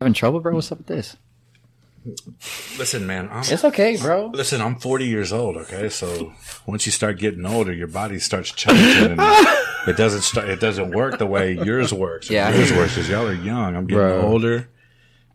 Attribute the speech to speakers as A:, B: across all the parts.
A: Having trouble, bro? What's up with this?
B: Listen, man. I'm,
A: It's okay, bro.
B: listen, I'm 40 years old. Okay, so once you start getting older, your body starts changing. And it doesn't start. It doesn't work the way yours works.
A: Yeah.
B: yours works because y'all are young. I'm getting
A: Bro.
B: older.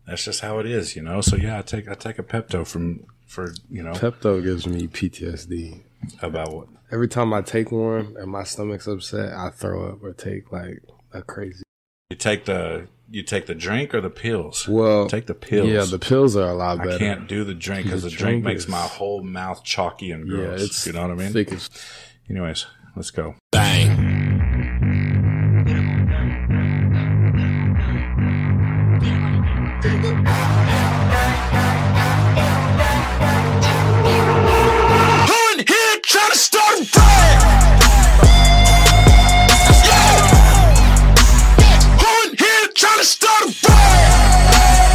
B: That's just how it is, you know. So yeah, I take I take a Pepto from for you know
C: Pepto gives me PTSD.
B: about what
C: Every time I take one and my stomach's upset, I throw up or take like a crazy.
B: you take the you take the drink or the pills.
C: Well,
B: take the pills.
C: Yeah, the pills are a lot better.
B: I can't do the drink because the,
C: The
B: drink,
C: drink
B: makes
C: is-
B: my whole mouth chalky and
C: yeah,
B: gross.
C: it's
B: you know what I mean?
C: Thick as
B: Anyways, let's go.
D: Who in here trying to start a riot? Yeah. Who in here trying to start a riot?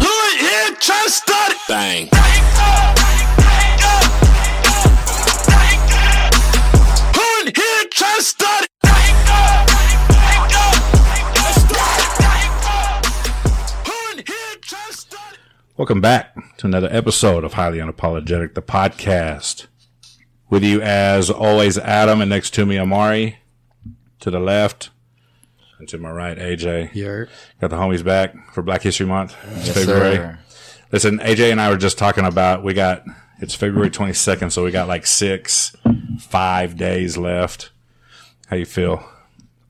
D: Who in here trying to start it? Bang. Who in here trying to start it? Who in here trying to start it?
B: Welcome back to another episode of Highly Unapologetic, the podcast. With you, as always, Adam, and next to me, Amari. To the left, and to my right, AJ.
C: yurt.
B: Got the homies back for Black History Month. It's February.
A: Sir.
B: Listen, AJ and I were just talking about we got it's February 22nd, so we got like six, five days left. How you feel?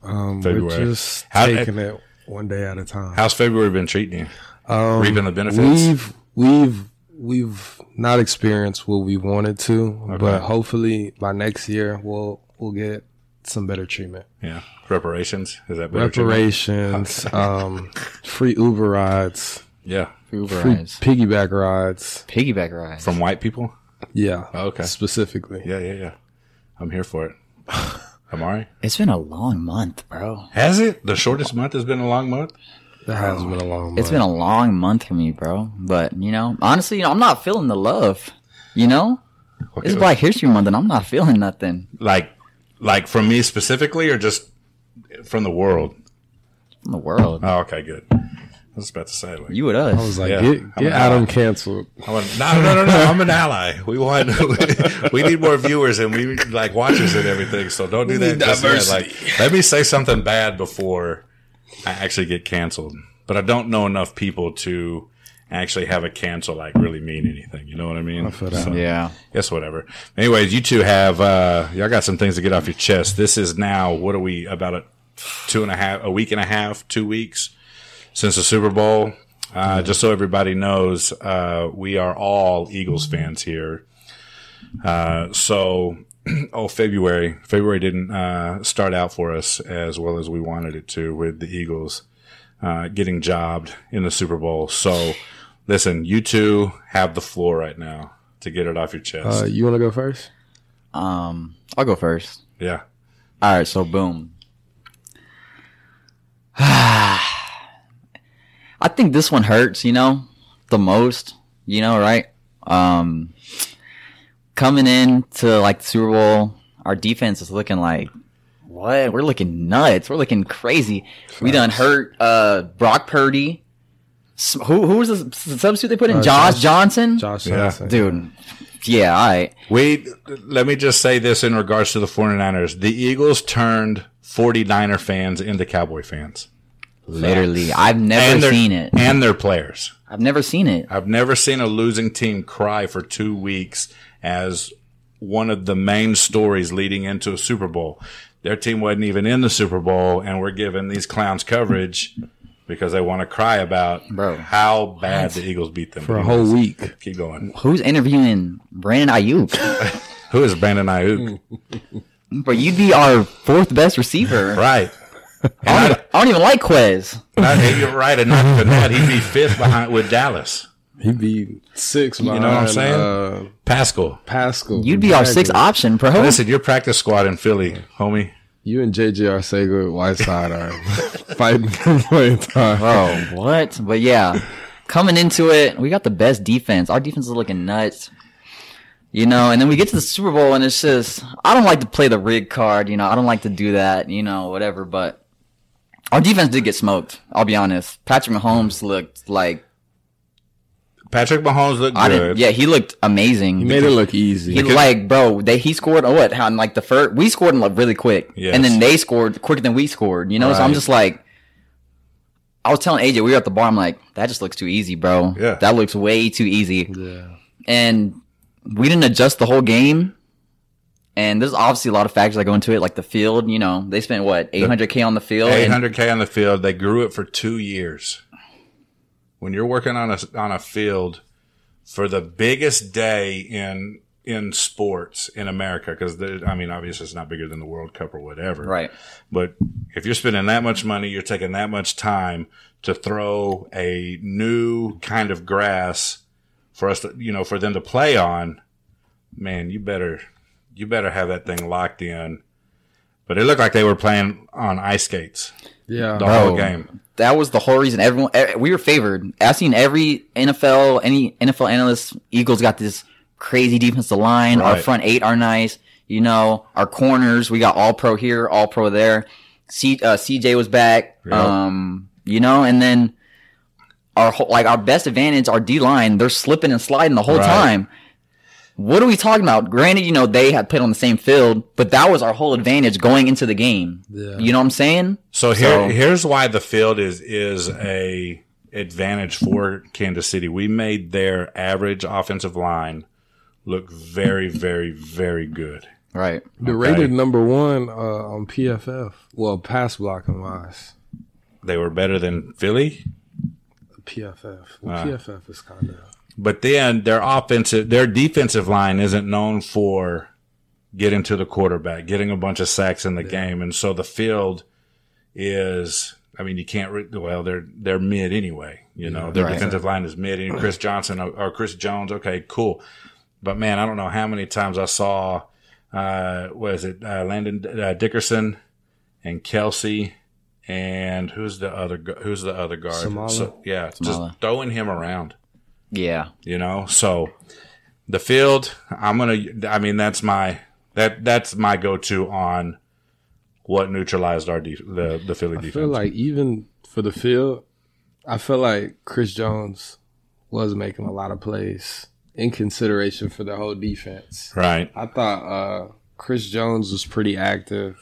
C: Um,
B: February.
C: We're just
B: How-
C: taking it one day at a time.
B: How's February been treating you?
C: Um,
B: Reaping the benefits?
C: we've we've we've not experienced what we wanted to, but hopefully by next year we'll we'll get some better treatment.
B: Yeah, reparations. Is that better? treatment?
C: Reparations, um, free Uber rides,
B: Yeah,
A: Uber
C: free
A: rides.
C: piggyback rides.
A: Piggyback rides.
B: from white people.
C: Yeah.
B: Okay.
C: Specifically.
B: Yeah, yeah, yeah. I'm here for it. Amari,
A: it's been a long month, bro.
B: has it the shortest month has been a long month?
C: That has been a long month.
A: It's been a long month for me, bro. But you know, honestly, you know, I'm not feeling the love. You know, it's Black History Month, and I'm not feeling nothing
B: Like, like from me specifically, or just from the world?
A: from the world.
B: Oh, okay, good. I was about to say like.
A: you with us?
C: I was like,
B: Yeah.
C: get,
B: I'm
C: get
B: not-
C: Adam canceled.
B: I'm a, no, no, no, no. I'm an ally. We want, we need more viewers and we need, like watchers and everything. So don't do that.
C: need
B: just yet.
C: diversity.
B: Like, let me say something bad before I actually get canceled. But I don't know enough people to actually have a cancel like really mean anything. You know what I mean? So,
A: yeah.
B: It's whatever. Anyways, you two have uh, y'all got some things to get off your chest. This is now what are we about a two and a half, a week and a half, two weeks since the Super Bowl. Uh, just so everybody knows, uh, we are all Eagles fans here. Uh, so, oh, February, February didn't uh, start out for us as well as we wanted it to with the Eagles uh, getting jobbed in the Super Bowl. So, listen, you two have the floor right now to get it off your chest.
C: Uh, you want to go first?
A: Um, I'll go first.
B: yeah.
A: All right, so boom. I think this one hurts, you know, the most, you know, right? Um, coming in to like the Super Bowl, our defense is looking like what? We're looking nuts. We're looking crazy. We done hurt uh Brock Purdy. S- Who who was the s- substitute they put in?
C: Uh,
A: Josh,
C: Josh-
A: Johnson.
C: Josh
B: Yeah.
C: Johnson.
A: Dude, yeah, all right.
B: We let me just say this in regards to the 49ers. The Eagles turned 49er fans into Cowboy fans.
A: Literally, I've never
B: their,
A: seen it.
B: And their players.
A: I've never seen it.
B: I've never seen a losing team cry for two weeks as one of the main stories leading into a Super Bowl. Their team wasn't even in the Super Bowl, and we're giving these clowns coverage because they want to cry about
A: Bro.
B: how bad the Eagles beat them.
C: For a whole week.
B: Keep going.
A: Who's interviewing Brandon Ayuk?
B: Who is Brandon Ayuk?
A: Bro, you'd be our fourth best receiver.
B: Right.
A: On,
B: And I-
A: the, I don't even like Quez.
B: I think you're right. And not for that, he'd be fifth behind with Dallas.
C: He'd be six.
B: know what I'm
C: behind,
B: saying?
C: Uh,
B: Pascal.
C: Pascal.
A: You'd be our sixth
C: Exactly.
A: option, bro.
B: Listen, your practice squad in Philly, homie.
C: You and JJ Arcega Whiteside are fighting for playing time.
A: Bro, what? But yeah, coming into it, we got the best defense. Our defense is looking nuts. You know, and then we get to the Super Bowl and it's just I don't like to play the rig card, you know, I don't like to do that, you know, whatever, but our defense did get smoked, I'll be honest. Patrick Mahomes looked like
B: Patrick Mahomes looked
A: I
B: good.
A: didn't yeah, he looked amazing.
C: You made it look easy.
A: He like, bro, they he scored oh, what? How in like the first we scored in like really quick,
B: Yes.
A: and then they scored quicker than we scored. You know, so I'm
B: Right.
A: just like, I was telling AJ we were at the bar. I'm like, that just looks too easy, bro.
B: Yeah.
A: that looks way too easy.
C: Yeah.
A: And we didn't adjust the whole game. And there's obviously a lot of factors that go into it, like the field. You know, they spent what 800k on the field. and-
B: 800k on the field. They grew it for two years. When you're working on a on a field for the biggest day in in sports in America, because I mean, obviously it's not bigger than the World Cup or whatever,
A: right.
B: But if you're spending that much money, you're taking that much time to throw a new kind of grass for us to, you know, for them to play on, man, you better, you better have that thing locked in. But it looked like they were playing on ice skates
C: Yeah.
B: the
A: Bro.
B: whole game.
A: that was the whole reason everyone e- we were favored. I've seen every NFL any NFL analyst. Eagles got this crazy defensive line. Our
B: Right.
A: front eight are nice. You know our corners. We got all pro here, all pro there. C, uh, CJ was back.
B: Yep.
A: Um, you know, and then our whole, like our best advantage, our D line. They're slipping and sliding the whole
B: Right.
A: time. What are we talking about? Granted, you know they had played on the same field, but that was our whole advantage going into the game.
C: Yeah.
A: You know what I'm saying?
B: So here,
A: So-
B: here's why the field is is a advantage for Kansas City. We made their average offensive line look very, very, very good.
A: Right.
C: The rated number one uh, on PFF. Well, pass blocking wise.
B: They were better than Philly.
C: PFF. Well, PFF is kind of.
B: But then their offensive, their defensive line isn't known for getting to the quarterback, getting a bunch of sacks in the game, and so the field is. I mean, you can't. Re- well, they're they're mid anyway. You know, their
A: Right.
B: defensive line is mid. And Chris Johnson or or Chris Jones, okay, cool. But man, I don't know how many times I saw. Uh, what is it? Uh, Landon uh, Dickerson and Kelsey. And who's the other? gu- Who's the other guard?
C: Samala.
B: So, yeah,
A: Samala.
B: just throwing him around
A: Yeah.
B: you know so the field i'm gonna i mean that's my that that's my go-to on what neutralized our def the, the philly
C: I
B: defense
C: feel like even for the field, I feel like Chris Jones was making a lot of plays in consideration for the whole defense.
B: right
C: I thought uh, Chris Jones was pretty active,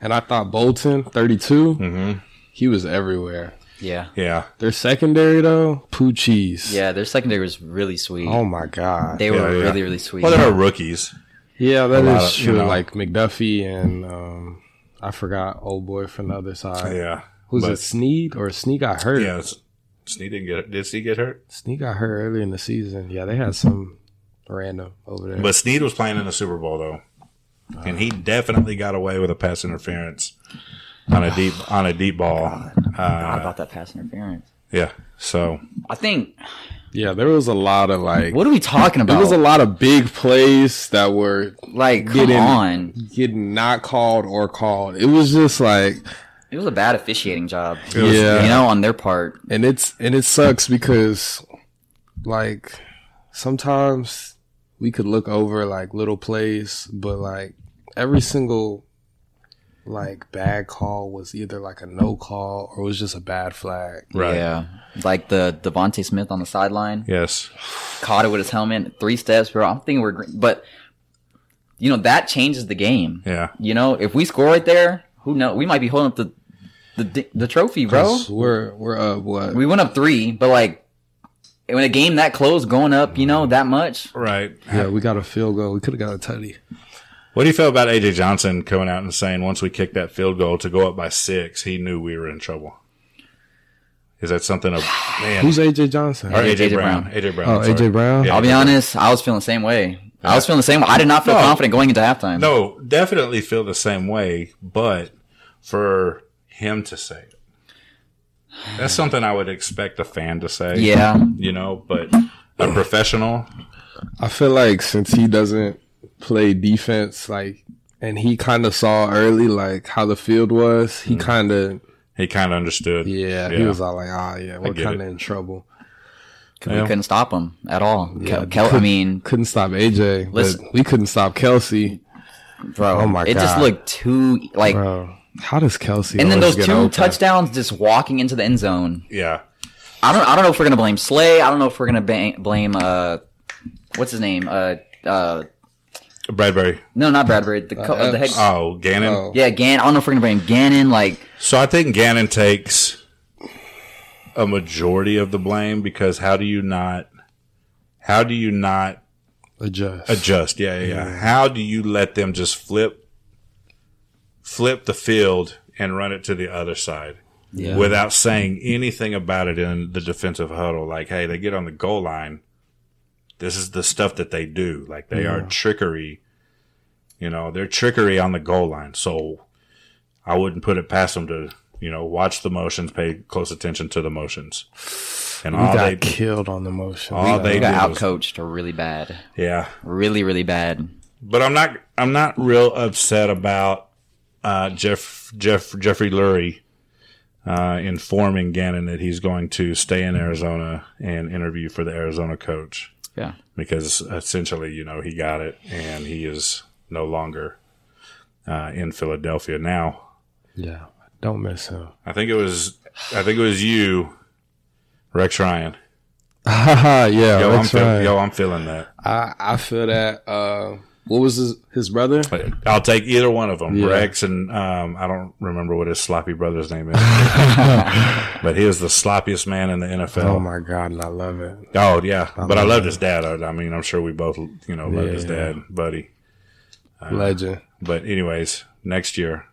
C: and I thought Bolton, 32,
B: Mm-hmm.
C: he was everywhere.
A: Yeah.
B: yeah
C: Their secondary though, Poochies.
A: Yeah, their secondary was really sweet.
C: Oh my god.
A: they were
B: yeah, yeah.
A: really, really sweet.
B: well there are rookies
C: yeah, that
B: lot
C: is
B: of- you
C: true.
B: know.
C: Like McDuffie and um, I forgot old boy from the other side.
B: yeah
C: Who's
B: but-
C: it? Sneed or Sneed got hurt?
B: yeah S- Snead didn't get did Snead get hurt
C: Sneed got hurt earlier in the season. Yeah, they had some random over there.
B: but Snead was playing in the super bowl though and he definitely got away with a pass interference on a deep on a deep ball
A: I
B: uh,
A: thought that pass interference.
B: yeah so
A: I think.
C: yeah, there was a lot of like.
A: What are we talking
C: There
A: about?
C: was a lot of big plays that were
A: like,
C: Get
A: come
C: in.
A: on.
C: getting not called or called. It was just like,
A: It was a bad officiating job.
B: was-
C: yeah,
A: You know, on their part.
C: and it's and it sucks because like sometimes we could look over like little plays but like every single like bad call was either like a no call or it was just a bad flag
B: right
A: Yeah. Like the Devontae Smith on the sideline.
B: yes
A: Caught it with his helmet. Three steps, bro. I'm thinking we're green. But, you know, that changes the game.
B: yeah
A: You know, if we score right there, who knows? We might be holding up the, the, di- the trophy, bro.
C: we're we're up what
A: We went up three, but like, when a game that close, going up, you know, that much.
B: right
C: yeah we got a field goal we could have got a tutty
B: What do you feel about AJ Johnson coming out and saying once we kicked that field goal to go up by six, he knew we were in trouble? Is that something of man?
C: who's aj johnson
B: or AJ,
A: AJ
B: Brown.
A: Brown.
B: AJ Brown.
C: oh
B: sorry.
C: aj brown
B: Yeah.
A: I'll be honest, I was feeling the same way. I was feeling the same way. I did not feel
B: No.
A: confident going into halftime.
B: No, definitely feel the same way, but for him to say it, That's something I would expect a fan to say.
A: Yeah.
B: You know, but a professional,
C: I feel like since he doesn't play defense, like, and he kind of saw early like how the field was, he kind of
B: he kind of understood.
C: Mm. yeah, he was all like, ah, yeah, we're
B: get
C: kind of in trouble.
A: 'Cause
B: Yeah.
A: We couldn't stop him at all.
C: Yeah.
A: Kel, Kel- I mean,
C: Couldn't stop AJ.
A: Listen-
C: but we couldn't stop Kelsey.
A: bro,
C: Oh my
A: it just
C: God.
A: looked too like.
C: Bro, how does Kelsey?
A: And then
C: always
A: those
C: get
A: two
C: open?
A: touchdowns just walking into the end zone.
B: Yeah.
A: I don't. I don't know if we're gonna blame Slay. I don't know if we're gonna bang, blame. Uh, what's his name? Uh, uh,
B: Bradbury.
A: no, not Bradbury. The, co- uh, the head.
B: Oh, Gannon.
C: Oh.
A: yeah, Gannon. I don't know if we're gonna blame Gannon. Like,
B: So I think Gannon takes a majority of the blame because how do you not how do you not
C: Adjust.
B: adjust? Yeah, yeah, yeah. How do you let them just flip flip the field and run it to the other side? Without saying anything about it in the defensive huddle, like, hey, they get on the goal line. This is the stuff that they do. Like they are trickery. You know, they're trickery on the goal line. So I wouldn't put it past them to, you know, watch the motions, pay close attention to the motions. And
C: We
B: all
C: got
B: they
C: killed on the motion.
B: all
C: we got,
B: they
A: we
B: did
A: got
B: was-
A: outcoached really bad.
B: yeah.
A: Really, really bad.
B: But I'm not I'm not real upset about uh, Jeff Jeff Jeffrey Lurie uh, informing Gannon that he's going to stay in Arizona and interview for the Arizona coach
A: Yeah.
B: because essentially, you know, he got it and he is no longer uh, in Philadelphia now.
C: yeah, don't miss him.
B: I think it was I think it was you, Rex Ryan.
C: yeah,
B: Yo, I'm
C: that's
B: feel,
C: right.
B: yo, I'm feeling that.
C: I, I feel that. Uh, what was his, his brother?
B: I'll take either one of them,
C: Yeah.
B: Rex and um, I don't remember what his sloppy brother's name is, but he is the sloppiest man in the
C: Oh
B: NFL.
C: my god, and I love it.
B: Oh, yeah, but I loved his dad. I, I mean, I'm sure we both you know love his
C: Yeah.
B: dad, buddy. Uh,
C: Legend.
B: But anyways, next year,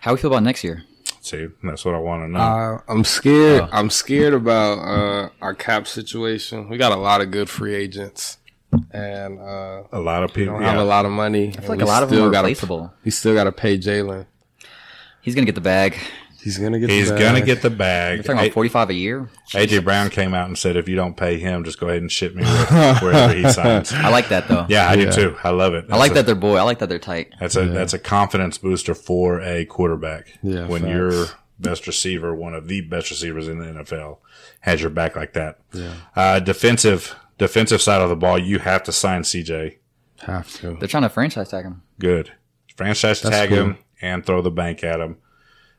A: How we feel about next year?
B: see, that's what I want to know.
C: Uh, I'm scared. I'm scared about uh, our cap situation. We got a lot of good free agents, and uh,
B: a lot of
C: we
B: people,
C: don't
B: yeah,
C: have a lot of money.
A: I feel like a lot of them are replaceable.
C: We still got to pay Jalen.
A: He's gonna get the bag.
C: He's gonna get.
B: he's
C: the
B: gonna
C: bag.
B: get the bag.
A: We're talking about forty-five a year.
B: AJ Brown came out and said, if you don't pay him, just go ahead and ship me where- wherever he signs.
A: I like that though.
B: Yeah, I do too. I love it.
A: I like
B: That's
A: that they're boy. I like that they're tight.
B: a- That's a that's a confidence booster for a quarterback.
C: Yeah,
B: when
C: facts.
B: your best receiver, one of the best receivers in the NFL, has your back like that. Yeah. Uh, defensive defensive side of the ball, you have to sign CJ.
C: have to.
A: They're trying to franchise tag him.
B: Good franchise tag
C: cool.
B: him and throw the bank at him.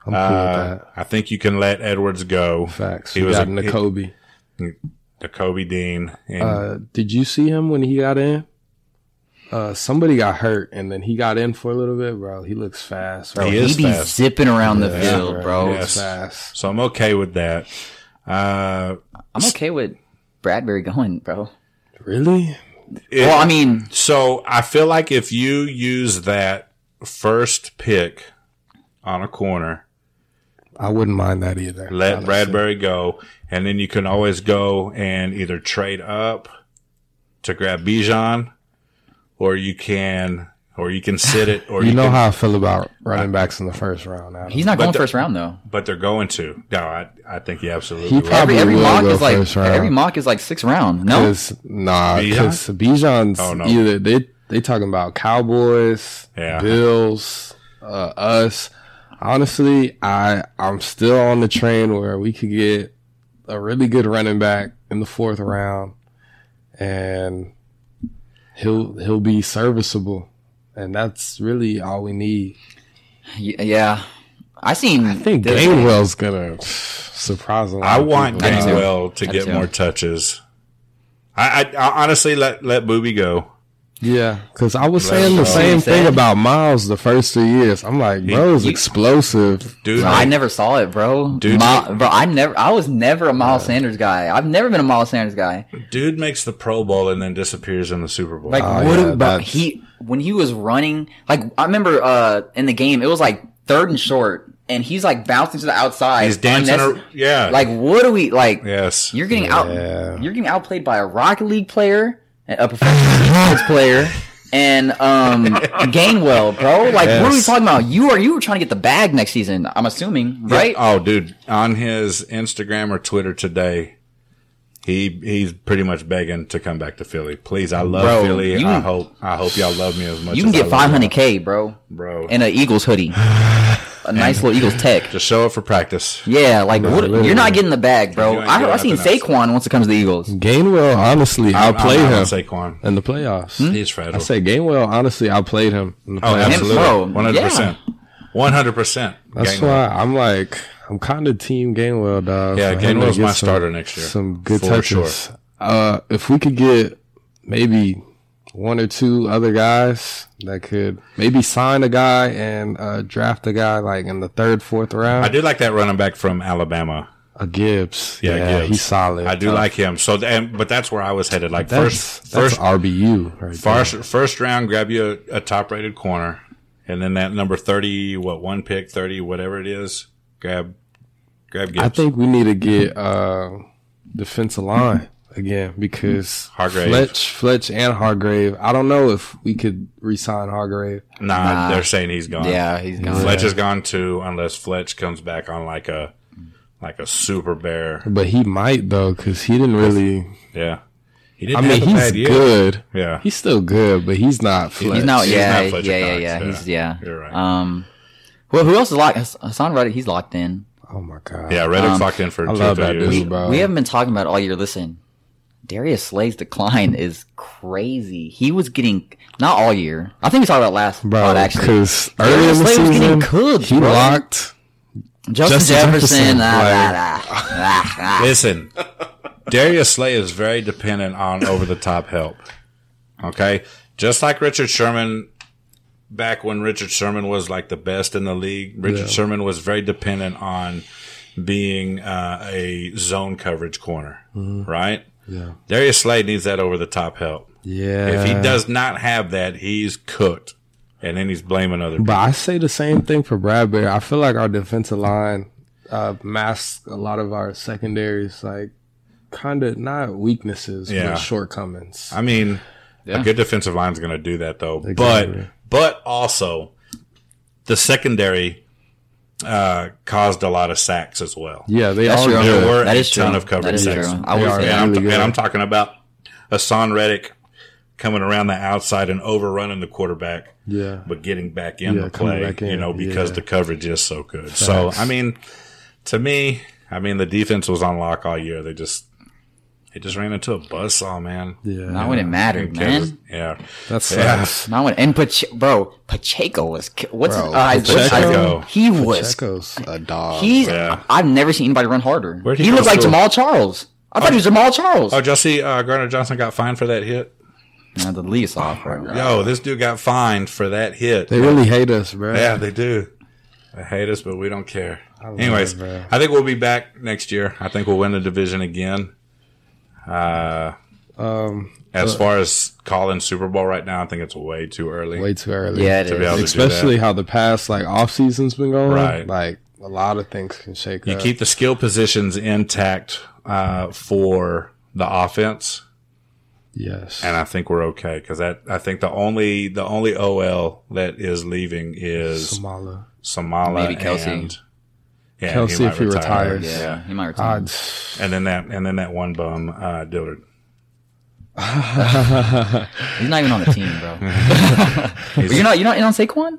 C: I'm cool
B: Uh,
C: with that.
B: I think you can let Edwards go.
C: Facts.
B: he
C: we
B: was
C: got
B: a-
C: N'Kobe.
B: The Kobe Dean and
C: Uh, did you see him when he got in? Uh, somebody got hurt, and then he got in for a little bit, bro. He looks fast. Bro.
B: He
A: He
B: is
A: be
B: fast.
A: zipping around the
C: Yeah,
A: field, bro.
C: He looks
B: Yes.
C: fast.
B: so I'm okay with that. Uh,
A: I'm okay with Bradbury going, bro.
C: Really?
B: it-
A: Well, I mean,
B: So I feel like if you use that first pick on a corner,
C: I wouldn't mind that either.
B: let
C: honestly.
B: Bradbury go, and then you can always go and either trade up to grab Bijan, or you can, or you can sit it, or
C: You know
B: can,
C: how I feel about running backs in the first round. Adam.
A: he's not going
B: the-
A: first round though.
B: But they're going to. No, I, I think you absolutely.
C: He
B: right.
C: probably-
A: Every, every
C: will
A: mock
C: go
A: is like
C: first round.
A: every mock is like sixth round. No,
C: Cause, nah,
B: Bijan?
C: because Bijan's
B: Oh, no.
C: either they they talking about Cowboys,
B: Yeah.
C: Bills, uh, us. Honestly, I I'm still on the train where we could get a really good running back in the fourth round, and he'll he'll be serviceable, and that's really all we need.
A: Y- yeah. I seen.
C: I think
A: the-
C: Gainwell's gonna surprise a lot.
B: I
C: of
B: want
C: people.
B: Gainwell to
A: I
B: get
A: do.
B: more touches. I, I, I honestly let let Booby go.
C: Yeah, because I was
B: Right.
C: saying the
B: So-
C: same
A: Said.
C: thing about Miles the first two years. I'm like, bro, is
A: you-
C: explosive.
B: Dude,
A: Bro, I never saw it, bro.
B: Dude.
A: Ma- bro, I never. I was never a Miles Sanders guy. I've never been a Miles Sanders guy.
B: dude makes the Pro Bowl and then disappears in the Super Bowl.
A: Like,
C: Oh,
A: what?
C: yeah,
A: a- bro,
C: that's-
A: he when he was running, like I remember uh in the game, it was like third and short, and he's like bouncing to the outside.
B: He's dancing.
A: Unnec-
B: ar- yeah.
A: like, what do we like?
B: yes.
A: You're getting
C: Yeah.
A: out. You're getting outplayed by a Rocket League player, a professional sports player, and um, Gainwell, bro. Like, what are we
B: Yes.
A: talking about? You are you were trying to get the bag next season. I'm assuming, right?
B: Oh, dude, on his Instagram or Twitter today, he he's pretty much begging to come back to Philly. Please, I love
A: Bro,
B: Philly.
A: you-
B: I hope I hope y'all love me as much.
A: you can
B: as I
A: get
B: love y'all.
A: 500k, bro,
B: bro.
A: and an Eagles hoodie, a nice little Eagles tech.
B: Just show up for practice.
A: Yeah, like what, you're not getting the bag, bro.
B: You ain't
A: I,
B: doing
A: I seen
B: nothing else.
A: Saquon once it comes to the Eagles.
C: Gainwell, honestly, I,
B: I'm-
C: played
B: I'm
C: him
B: on Saquon.
C: in the playoffs.
A: Hmm?
B: He's fragile.
C: I say Gainwell, honestly, I played Hmm? him. In the
B: oh,
C: playoffs.
A: bro,
B: absolutely, one hundred percent, one hundred percent.
C: That's why I'm like, I'm kind of team Gainwell, dog.
B: Yeah,
C: For him to
B: Gainwell's
C: get
B: my
C: some-
B: starter next year,
C: Some good
B: for
C: touches. Uh, if we could get maybe one or two other guys that could maybe sign a guy and uh, draft a guy like in the third, fourth round,
B: I do like that running back from Alabama.
C: a Gibbs.
B: Yeah, Gibbs.
C: he's solid.
B: I do like him. So, and, but that's where I was headed. Like
C: That's,
B: first,
C: that's
B: first,
C: RBU right there.
B: First, first round, grab you a, a top rated corner, and then that number thirty, what one pick thirty, whatever it is, grab, grab Gibbs.
C: I think we need to get uh, defensive line again because
B: Hargrave.
C: Fletch, Fletch, and Hargrave. I don't know if we could re-sign Hargrave.
B: nah, they're saying he's gone.
A: Yeah, he's gone.
B: Fletch is gone too, unless Fletch comes back on like a like a super bear.
C: But he might though, because he didn't really.
B: Yeah, he didn't
C: I mean,
B: have a
C: he's
B: bad year.
C: good.
B: Yeah,
C: He's still good, but he's not. Fletch.
A: He's not.
B: He's
A: Yeah,
B: not Fletcher
A: yeah, yeah,
B: Cox,
A: yeah,
B: yeah.
A: He's yeah.
B: You're right.
A: Um, well, who else is locked? Hass- Hassan Reddick, he's locked in.
C: Oh my god.
B: yeah. Reddick's locked in for two or
C: love
B: three
C: that
B: years.
C: dude. Bro.
A: We haven't been talking about it all year. Listen, Darius Slay's decline is crazy. He was getting not all year. I think we talked about last.
C: Bro,
A: pod, actually,
C: because early in the
A: Slay was getting
C: season,
A: cooked,
C: he
A: bro.
C: locked.
A: Justin,
C: Justin
A: Jefferson.
C: Jefferson,
A: ah, ah, ah, ah, ah.
B: Listen, Darius Slay is very dependent on over the top help. Okay. Just like Richard Sherman, back when Richard Sherman was like the best in the league, Richard Sherman was very dependent on being uh, a zone coverage corner, right? Yeah. Darius Slay needs that over the top help.
C: Yeah.
B: If he does not have that, he's cooked. And then he's blaming other people.
C: But I say the same thing for Bradbury. I feel like our defensive line uh, masks a lot of our secondaries, like kind of not weaknesses,
B: Yeah.
C: but shortcomings.
B: I mean, a good defensive line is going to do that though.
C: Exactly.
B: But but also, the secondary uh, caused a lot of sacks as well.
C: yeah, they
A: That's
C: all
A: true.
B: There
C: good.
B: were
A: That
B: a
A: is true.
B: ton of coverage
A: That is
B: sacks.
A: true. I
C: They
A: would
C: are
A: say
B: and,
A: that.
B: I'm,
C: really
B: and I'm
C: good.
B: talking about Hassan Reddick coming around the outside and overrunning the quarterback,
C: Yeah,
B: but getting back in
C: Yeah,
B: the
C: coming
B: play.
C: back in,
B: you know, because
C: yeah.
B: the coverage is so good. So I mean, to me, I mean the defense was on lock all year. They just they just ran into a buzzsaw, man.
C: yeah.
A: Not when it mattered, man.
B: Yeah.
C: that sucks.
A: Not when and Pache- bro, Pacheco was ki- what's his
C: Bro,
A: uh, his- what's his-
B: Pacheco.
A: he was
C: Pacheco's a dog.
A: he's
B: Yeah.
A: I've never seen anybody run harder.
B: Where'd
A: he
B: he go
A: looked
B: to
A: like
B: school?
A: Jamal Charles. I thought he was Jamal Charles.
B: Oh, did y'all see uh, Gardner Johnson got fined for that hit?
A: Nah, the lease off, bro.
B: Yo, this dude got fined for that hit.
C: Uh-huh. they really hate us, bro.
B: yeah, they do. They hate us, but we don't care.
C: love
B: Anyways,
C: it, bro.
B: I think we'll be back next year. I think we'll win the division again. Uh,
C: Um,
B: as far as calling Super Bowl right now, I think it's way too early.
C: way too early.
A: Yeah, it
B: be
A: is.
B: honest.
C: especially how the past like off season's been going.
B: Right.
C: like a lot of things can shake
B: you
C: up.
B: keep the skill positions intact uh, for the offense.
C: yes,
B: and I think we're okay because that I think the only the only OL that is leaving is
C: Samala.
B: Samala
A: Maybe Kelsey.
B: and yeah,
C: Kelsey
B: might
C: if he
B: retire.
C: retires.
A: Yeah, he might retire.
B: Ah.
C: I'd-
B: and then that and then that one bum uh, Dillard.
A: He's not even on the team, bro. But you're not you're not in on Saquon?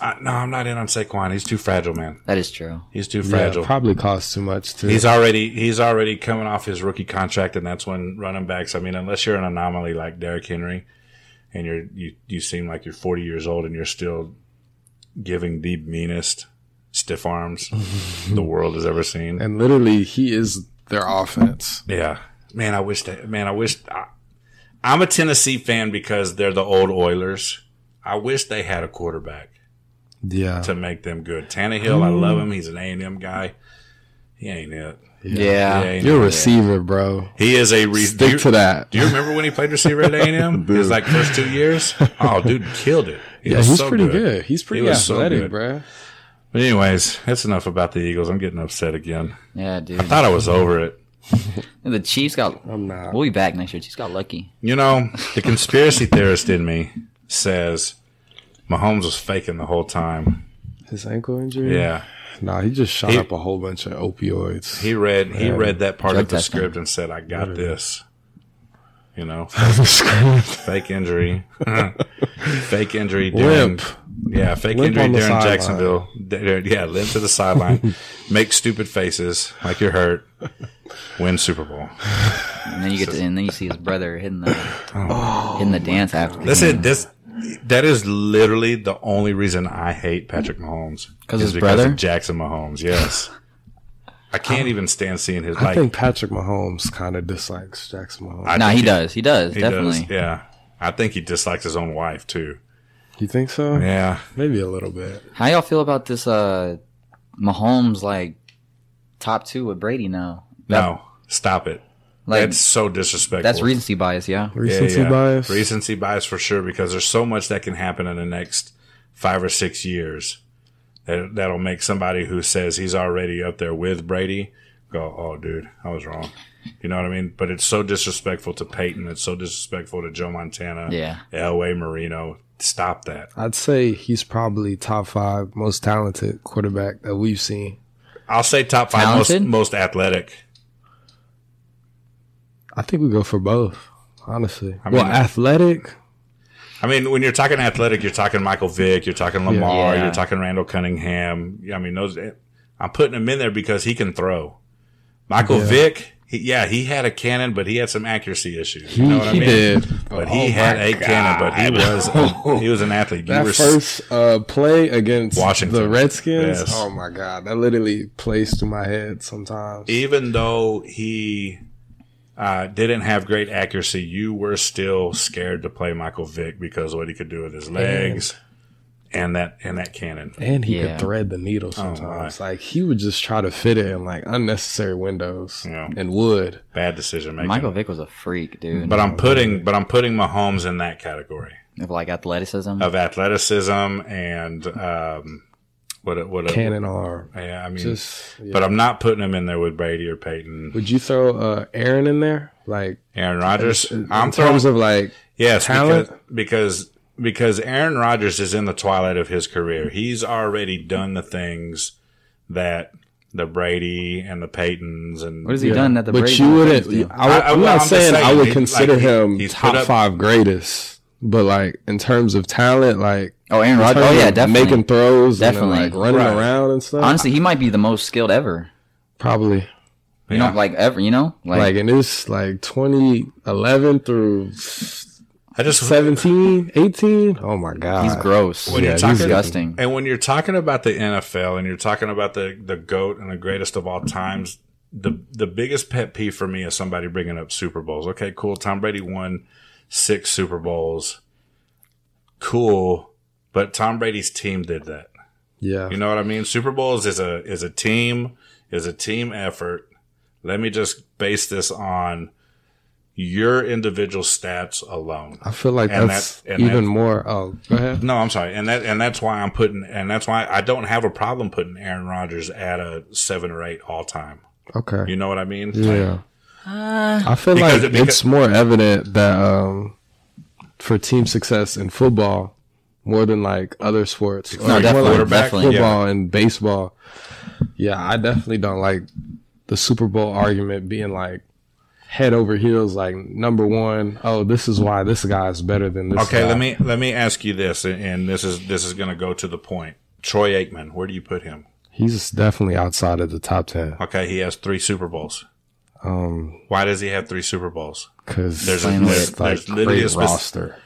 B: Uh, no, I'm not in on Saquon. He's too fragile, man.
A: That is true.
B: He's too
C: yeah,
B: fragile.
C: probably costs too much too.
B: He's already he's already coming off his rookie contract, and that's when running backs. I mean, unless you're an anomaly like Derrick Henry, and you're you you seem like you're 40 years old and you're still giving the meanest stiff arms the world has ever seen.
C: and literally he is their offense.
B: Yeah, man, I wish that. Man, I wish. I, I'm a Tennessee fan because they're the old Oilers. I wish they had a quarterback
C: Yeah,
B: to make them good. Tannehill, I love him. He's an A and M guy. He ain't it.
A: Yeah.
B: He, ain't
C: you're a
B: it.
C: receiver, bro.
B: he is a re- do
C: Stick
B: you-
C: to that.
B: Do you remember when he played receiver at A and M? His like first two years. Oh, dude, killed it. He
C: Yeah,
B: was
C: he's
B: so
C: pretty good. He's pretty
B: was so
C: athletic,
B: good.
C: bro.
B: But anyways, that's enough about the Eagles. I'm getting upset again.
A: Yeah, dude.
B: Thought I was over it.
A: The Chiefs got.
C: I'm not.
A: We'll be back next year. Chiefs got lucky.
B: You know, the conspiracy theorist in me says Mahomes was faking the whole time.
C: His ankle injury?
B: Yeah.
C: Nah, he just shot
B: He-
C: up a whole bunch of opioids.
B: He read he
C: Yeah.
B: read that part
A: Drug
B: of the
A: testing.
B: script and said, I got this. You know, fake injury. fake injury during
C: Limp.
B: Yeah, fake
C: Limp
B: injury
C: on the
B: during
C: sideline.
B: Jacksonville. D- Yeah, limp to the sideline. Make stupid faces like you're hurt. Win Super Bowl.
A: And then you get to, and then you see his brother hitting the hitting the dance after.
B: Oh, That's it. That's that is literally the only reason I hate Patrick Mahomes.
A: 'Cause
B: is
A: his brother?
B: of Jackson Mahomes. Yes, I can't even stand seeing his.
C: I
B: Like,
C: think Patrick Mahomes kind of dislikes Jackson Mahomes.
B: I
A: No,
B: think
A: he does. He does
B: he
A: definitely.
B: does, Yeah, I think he dislikes his own wife too.
C: you think so?
B: Yeah,
C: Maybe a little bit.
A: How y'all feel about this? Uh, Mahomes like top two with Brady now.
B: no, stop it.
A: Like that's,
B: that's so disrespectful.
A: recency bias. Yeah.
B: Yeah,
C: Recency
B: yeah.
C: bias.
B: Recency bias for sure, because there's so much that can happen in the next five or six years that that'll make somebody who says he's already up there with Brady go, "Oh, dude, I was wrong." You know what I mean? But it's so disrespectful to Peyton. It's so disrespectful to Joe Montana.
A: Yeah.
B: Elway Marino. Stop that.
C: I'd say he's probably top five most talented quarterback that we've seen.
B: I'll say top five most,
A: Talented?
B: most athletic.
C: I think we go for both, honestly.
B: mean-
C: well, athletic.
B: I mean, when you're talking athletic, you're talking Michael Vick, you're talking Lamar,
A: Yeah.
B: you're talking Randall Cunningham. I mean, those. eh, I'm putting him in there because he can throw. Michael Vick, he, yeah, he had a cannon, but he had some accuracy issues. You know what I mean? But
C: Oh
A: Oh
B: he had a cannon, but he was a, he was an athlete. You
C: That
B: were s-
C: first uh, play against
B: Washington.
C: the Redskins.
B: Yes.
C: Oh my god, that literally plays through my head sometimes.
B: even though he uh, didn't have great accuracy, you were still scared to play Michael Vick because of what he could do with his legs and that and that cannon.
C: And he
A: Yeah.
C: could thread the needle
B: Oh
C: sometimes. like he would just try to fit it in like unnecessary windows
B: Yeah.
C: and would.
B: Bad decision making.
A: Michael Vick was a freak, dude.
B: But I'm putting but I'm putting Mahomes in that category
A: of like athleticism.
B: of athleticism and um, what what
C: Cannon arm.
B: yeah, I mean,
C: Just yeah.
B: but I'm not putting him in there with Brady or Peyton,
C: would you throw uh, Aaron in there? Like uh,
B: Aaron Rodgers.
C: in
B: I'm throwing
C: terms of like
B: yes
C: talent?
B: because because because Aaron Rodgers is in the twilight of his career. He's already done the things that the Brady and the Peytons and
A: what has he
C: Yeah.
A: done that the
C: but
A: Brady
C: you
A: Brady
C: wouldn't.
A: do?
C: I,
B: I- I-
C: am
B: well, I'm
C: not
B: just
C: saying, I
B: saying,
C: would
B: he-
C: consider
B: like, he-
C: him
B: he's
C: top
B: put up-
C: five greatest, but like in terms of talent, like
A: Oh, Aaron Rodgers. Oh
C: turning-
A: yeah, definitely.
C: making throws,
A: Definitely.
C: and then, like running
B: Right.
C: around and stuff.
A: Honestly, he might be the most skilled ever.
C: probably
A: You
B: Yeah.
A: know, like ever. You know, like,
C: like in this like 2011 through
B: I just
C: 17, 18. Oh my god,
A: he's gross.
B: When you're
A: he's
B: talking-
A: disgusting.
B: And when you're talking about the NFL and you're talking about the the goat and the greatest of all times, the the biggest pet peeve for me is somebody bringing up Super Bowls. Okay, cool. Tom Brady won six Super Bowls. Cool, but Tom Brady's team did that.
C: yeah.
B: You know what I mean? Super Bowls is a is a team is a team effort. Let me just base this on your individual stats alone.
C: I feel like
B: and
C: that's,
B: that- and
C: even
B: that's-
C: more. Oh, go ahead.
B: No, I'm sorry, and that and that's why I'm putting, and that's why I don't have a problem putting Aaron Rodgers at a seven or eight all time.
C: Okay.
B: You know what I mean? Like,
C: Yeah. I feel
B: Because-
C: like
B: because-
C: it's more evident that um, for team success in football more than like other sports. Or more
A: definitely,
C: like
A: definitely, yeah.
C: football and baseball. Yeah, I definitely don't like the Super Bowl argument being like head over heels, like number one. Oh, this is why this guy is better than this.
B: okay,
C: guy.
B: let me let me ask you this, and- and this is this is going to go to the point. Troy Aikman, where do you put him?
C: He's definitely outside of the top ten.
B: Okay, he has three Super Bowls.
C: Um,
B: Why does he have three Super Bowls?
C: because
B: There's
C: there's,
B: a- there's-
C: like
B: there's literally
C: great
B: a spec-
C: roster.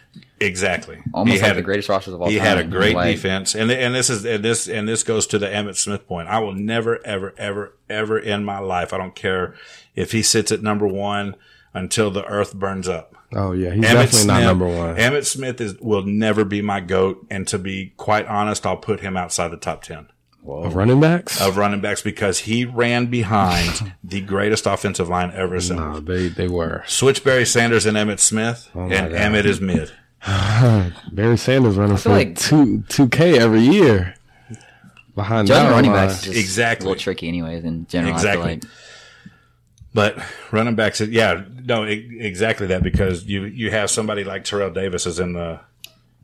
B: Exactly.
A: Almost
B: He
A: like
B: had-
A: the greatest rosters of all
B: He
A: time.
B: had a great
A: Like,
B: defense, and and this is and this and this goes to the Emmett Smith point. I will never, ever, ever, ever in my life. I don't care if he sits at number one until the earth burns up.
C: Oh yeah, he's
B: Emmett
C: definitely not
B: Smith-
C: number one.
B: Emmett Smith is will never be my goat, and to be quite honest, I'll put him outside the top ten
C: Of running backs.
B: of running backs because he ran behind the greatest offensive line ever assembled.
C: No, they they were.
B: Switch Barry Sanders and Emmett Smith, and
C: Oh God.
B: Emmett is mid.
C: Barry Sanders running for
A: like-
C: two two K every year. Behind
A: Judging
C: that
A: running
C: line.
A: backs is just
B: Exactly.
A: a little tricky, anyways. In general, I feel
B: Exactly.
A: like
B: But running backs, yeah, no, e- exactly that because you you have somebody like Terrell Davis is in the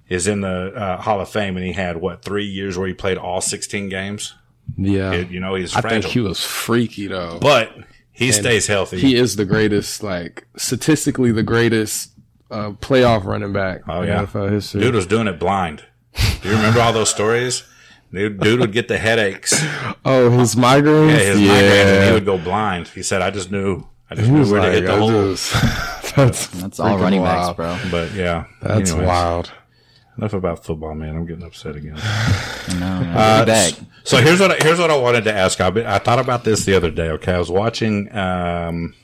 B: is in the uh, Hall of Fame, and he had what three years where he played all sixteen games.
C: Yeah.
B: It- you know, he's
C: I
B: fragile,
C: think he was freaky though.
B: but he stays healthy.
C: he is the greatest, like statistically the greatest uh, playoff running back
B: Oh,
C: in
B: yeah.
C: NFL history.
B: Dude was doing it blind. Do you remember all those stories? Dude, dude would get the headaches.
C: Oh, his migraines.
B: Yeah, his migraine, and he would go blind. He said, "I just knew, I just knew
C: was
B: where to hit
C: like,
B: the
C: I
B: hole."
C: just- that's
A: That's all
C: freaking
A: running backs,
C: wild.
A: bro.
B: But yeah,
C: That's
B: anyways,
C: wild.
B: Enough about football, man. I'm getting upset again.
A: No, man. We'll be back.
B: So here's what I, here's what I wanted to ask. I, I thought about this the other day. Okay, I was watching. Um,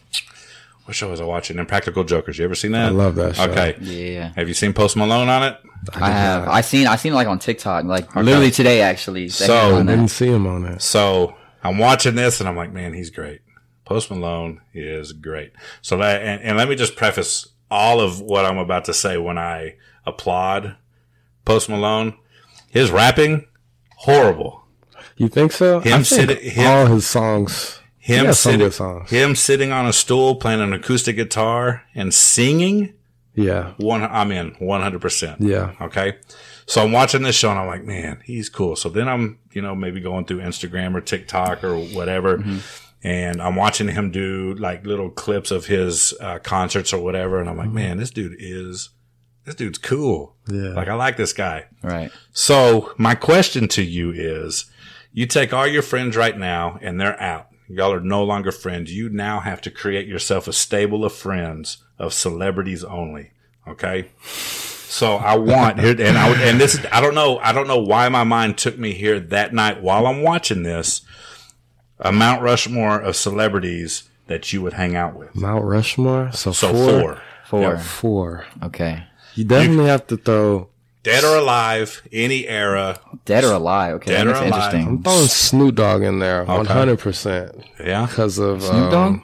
B: what show was I watching? Impractical Jokers. You ever seen that?
C: I love that show.
B: Okay.
A: Yeah.
B: Have you seen Post Malone on it?
A: I have. I seen. I seen like on TikTok, like literally today, actually. They
B: So-
A: were on
C: I
A: that.
C: didn't see him on that.
B: So I'm watching this and I'm like, man, he's great. Post Malone is great. So that, and, and let me just preface all of what I'm about to say when I applaud Post Malone. His rapping, horrible.
C: You think so?
B: Him
C: I think
B: sitting- him-
C: all his songs. He
B: Him
C: has some
B: sitting,
C: good songs.
B: him sitting on a stool playing an acoustic guitar and singing.
C: Yeah,
B: One, I'm in 100%.
C: yeah.
B: Okay. So I'm watching this show and I'm like, man, he's cool. So then I'm, you know, maybe going through Instagram or TikTok or whatever. And I'm watching him do like little clips of his uh, concerts or whatever. And I'm like, man, this dude is, this dude's cool.
C: Yeah.
B: Like, I like this guy.
A: Right.
B: So my question to you is you take all your friends right now and they're out. Y'all are no longer friends. You now have to create yourself a stable of friends of celebrities only. Okay. So I want here, and I would- and this is I don't know I don't know why my mind took me here that night while I'm watching this, a Mount Rushmore of celebrities that you would hang out with.
C: Mount Rushmore. So,
B: So
C: four,
B: four,
A: Four.
C: Four.
A: Okay.
C: You definitely have to throw.
B: dead or alive, any era.
A: Dead or alive. Okay.
B: Dead
A: Dead
B: or
A: that's
B: alive.
C: I'm
A: interesting.
C: throwing Snoop Dogg in there, one hundred percent,
B: Yeah,
C: because of
A: Snoop Dogg?
C: um,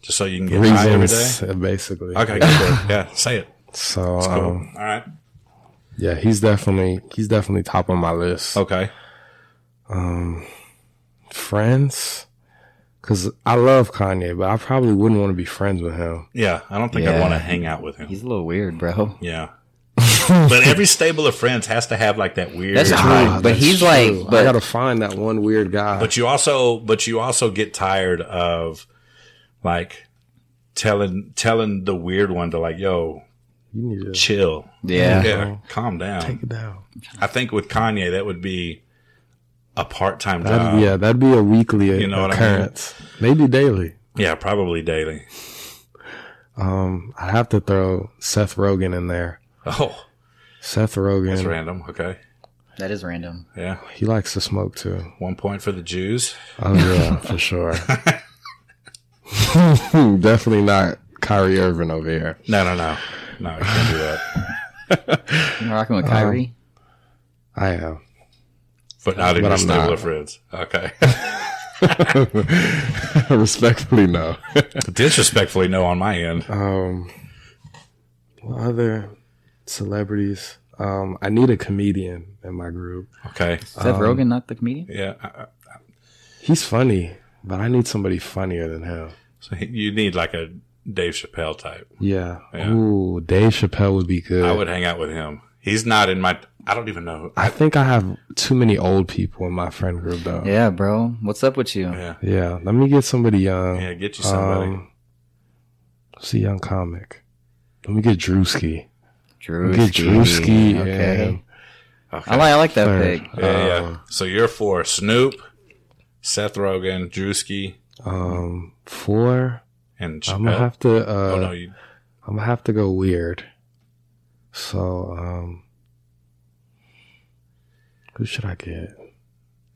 B: just so you can get high every day.
C: reasons, uh, basically.
B: Okay, good. yeah, say it.
C: So
B: Cool.
C: um,
A: Oh.
B: All right.
C: yeah, he's definitely he's definitely top on my list.
B: Okay.
C: Friends, because I love Kanye, but I probably wouldn't want to be friends with him.
B: Yeah, I don't think i I
A: Yeah.
B: want to hang out with him.
A: He's a little weird, bro.
B: yeah. but every stable of friends has to have like that weird.
A: That's true.
C: Ah,
A: but
C: that's
A: he's
C: true.
A: like,
C: I
A: but
C: gotta find that one weird guy.
B: But you also, but you also get tired of like telling telling the weird one to like, yo,
C: you need to
B: chill,
A: yeah.
B: yeah, calm down.
C: take it down.
B: I think with Kanye, that would be a part time
C: That'd,
B: job. Yeah.
C: yeah, that'd be a weekly
B: You know what I mean?
C: occurrence, maybe daily.
B: probably daily.
C: Um, I have to throw Seth Rogen in there.
B: Oh,
C: Seth
B: that's
C: Rogen,
B: random. Okay,
A: That is random.
B: yeah,
C: he likes to smoke too.
B: one point for the Jews.
C: Oh yeah, for sure. Definitely not Kyrie Irving over here.
B: No, no, no, no, you can't do that.
A: You rocking
B: Uh-huh.
A: with Kyrie?
C: I am.
B: But not in
C: But
B: your
C: I'm
B: stable
C: not.
B: of friends. Okay.
C: Respectfully, no.
B: Disrespectfully, no on my end.
C: Um, what other celebrities? Um, I need a comedian in my group.
B: Okay.
A: Seth Rogen, not the comedian?
B: Yeah. I- I-
C: He's funny, but I need somebody funnier than him.
B: So he- you need like a Dave Chappelle type.
C: Yeah.
B: Yeah.
C: Ooh, Dave Chappelle would be good.
B: I would hang out with him. He's not in my. I don't even know.
C: I think I have too many old people in my friend group though.
A: Yeah, bro. What's up with you?
B: Yeah.
C: Yeah, Let me get somebody young.
B: Yeah. Get you somebody.
C: Um, who's a young comic? Let me get Drewski. Let
A: Drew.
C: me get Drewski.
A: Okay.
C: Okay.
B: okay.
A: I like, I like that
C: Third.
A: pick.
B: yeah, yeah.
C: um,
B: So you're for Snoop, Seth Rogen, Drewski,
C: Um, four.
B: and
C: I'm gonna
B: Chappelle.
C: have to. Uh,
B: oh no, you,
C: I'm gonna have to go weird. So, um, who should I get?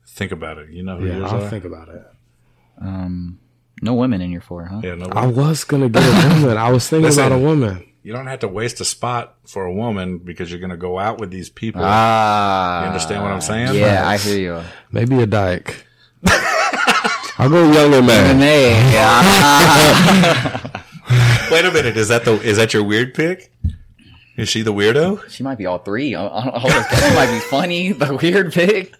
B: think about it. You know who
C: Yeah,
B: yours
C: I'll
B: are.
C: think about it.
A: Um, no women in your four, huh?
B: yeah. No.
C: I was gonna get a woman. I was thinking
B: Listen.
C: about a woman.
B: you don't have to waste a spot for a woman because you're gonna go out with these people.
A: Ah.
B: You understand what I'm saying?
A: Yeah, I hear you.
C: Maybe a dyke. I'll go younger man.
A: Renee, yeah.
B: Wait a minute. Is that the? Is that your weird pick? Is she the weirdo?
A: she might be all three. I- I don't know. She might
B: Uh,
A: be funny, the weird pick.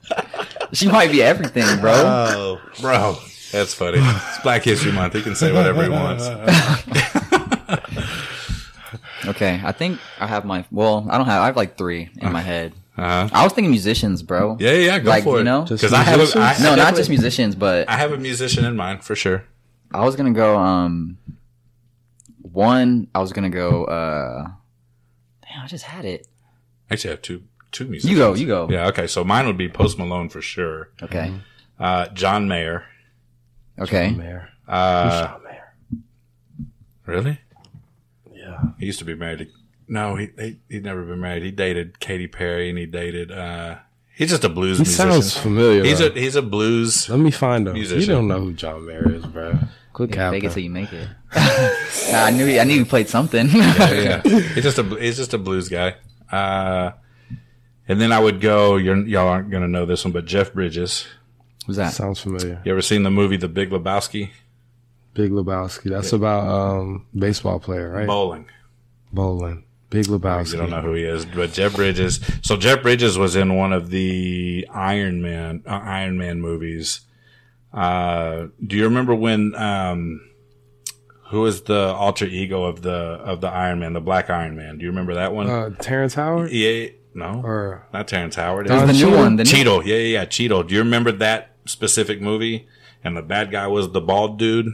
A: She might be everything, bro.
B: Oh, bro. That's funny. It's Black History Month. He can say whatever he wants.
A: Okay, I think I have my. Well, I don't have. I have like three in my head.
B: Uh-huh.
A: I was thinking musicians, bro.
B: Yeah, yeah, go
A: Like,
B: for it.
A: You know,
C: Just
B: Because I have a, I,
C: musicians?
A: no, not
B: definitely-
A: just musicians, but
B: I have a musician in mind for sure.
A: I was gonna go. Um, one, I was gonna go. uh Damn, I just had it.
B: Actually, I have two two musicians.
A: You go, you go.
B: Yeah, okay. So mine would be Post Malone for sure.
A: Okay,
B: Uh, John Mayer.
A: okay.
C: Mayor.
B: Uh,
C: John Mayer.
B: really?
C: Yeah.
B: He used to be married. To, no, he, he he'd never been married. He dated Katy Perry, and he dated. uh He's just a blues
C: He
B: musician.
C: sounds familiar.
B: he's
C: though.
B: a he's a blues.
C: Let me find him. You
B: musician.
C: don't know who John Mayer is, bro. Quick
A: Yeah,
C: cap.
A: Fake it till you make it. Nah, I knew. He, I knew he played something.
B: yeah, he's just a he's just a blues guy. Uh, and then I would go. You're, y'all aren't gonna know this one, but Jeff Bridges.
A: Who's that?
C: Sounds familiar.
B: You ever seen the movie The Big Lebowski?
C: Big Lebowski. That's about um baseball player, right?
B: Bowling.
C: Bowling. Big Lebowski.
B: You don't know who he is, but Jeff Bridges. So Jeff Bridges was in one of the Iron Man uh, Iron Man movies. Uh, do you remember when? Um, who is the alter ego of the of the Iron Man, the Black Iron Man? Do you remember that one?
C: Uh, Terrence Howard
B: yeah, no,
C: or
B: not Terrence Howard.
A: It was the new
C: Cheadle?
A: one. The new,
B: Cheeto. Yeah, yeah, yeah. Cheeto. Do you remember that specific movie? And the bad guy was the bald dude.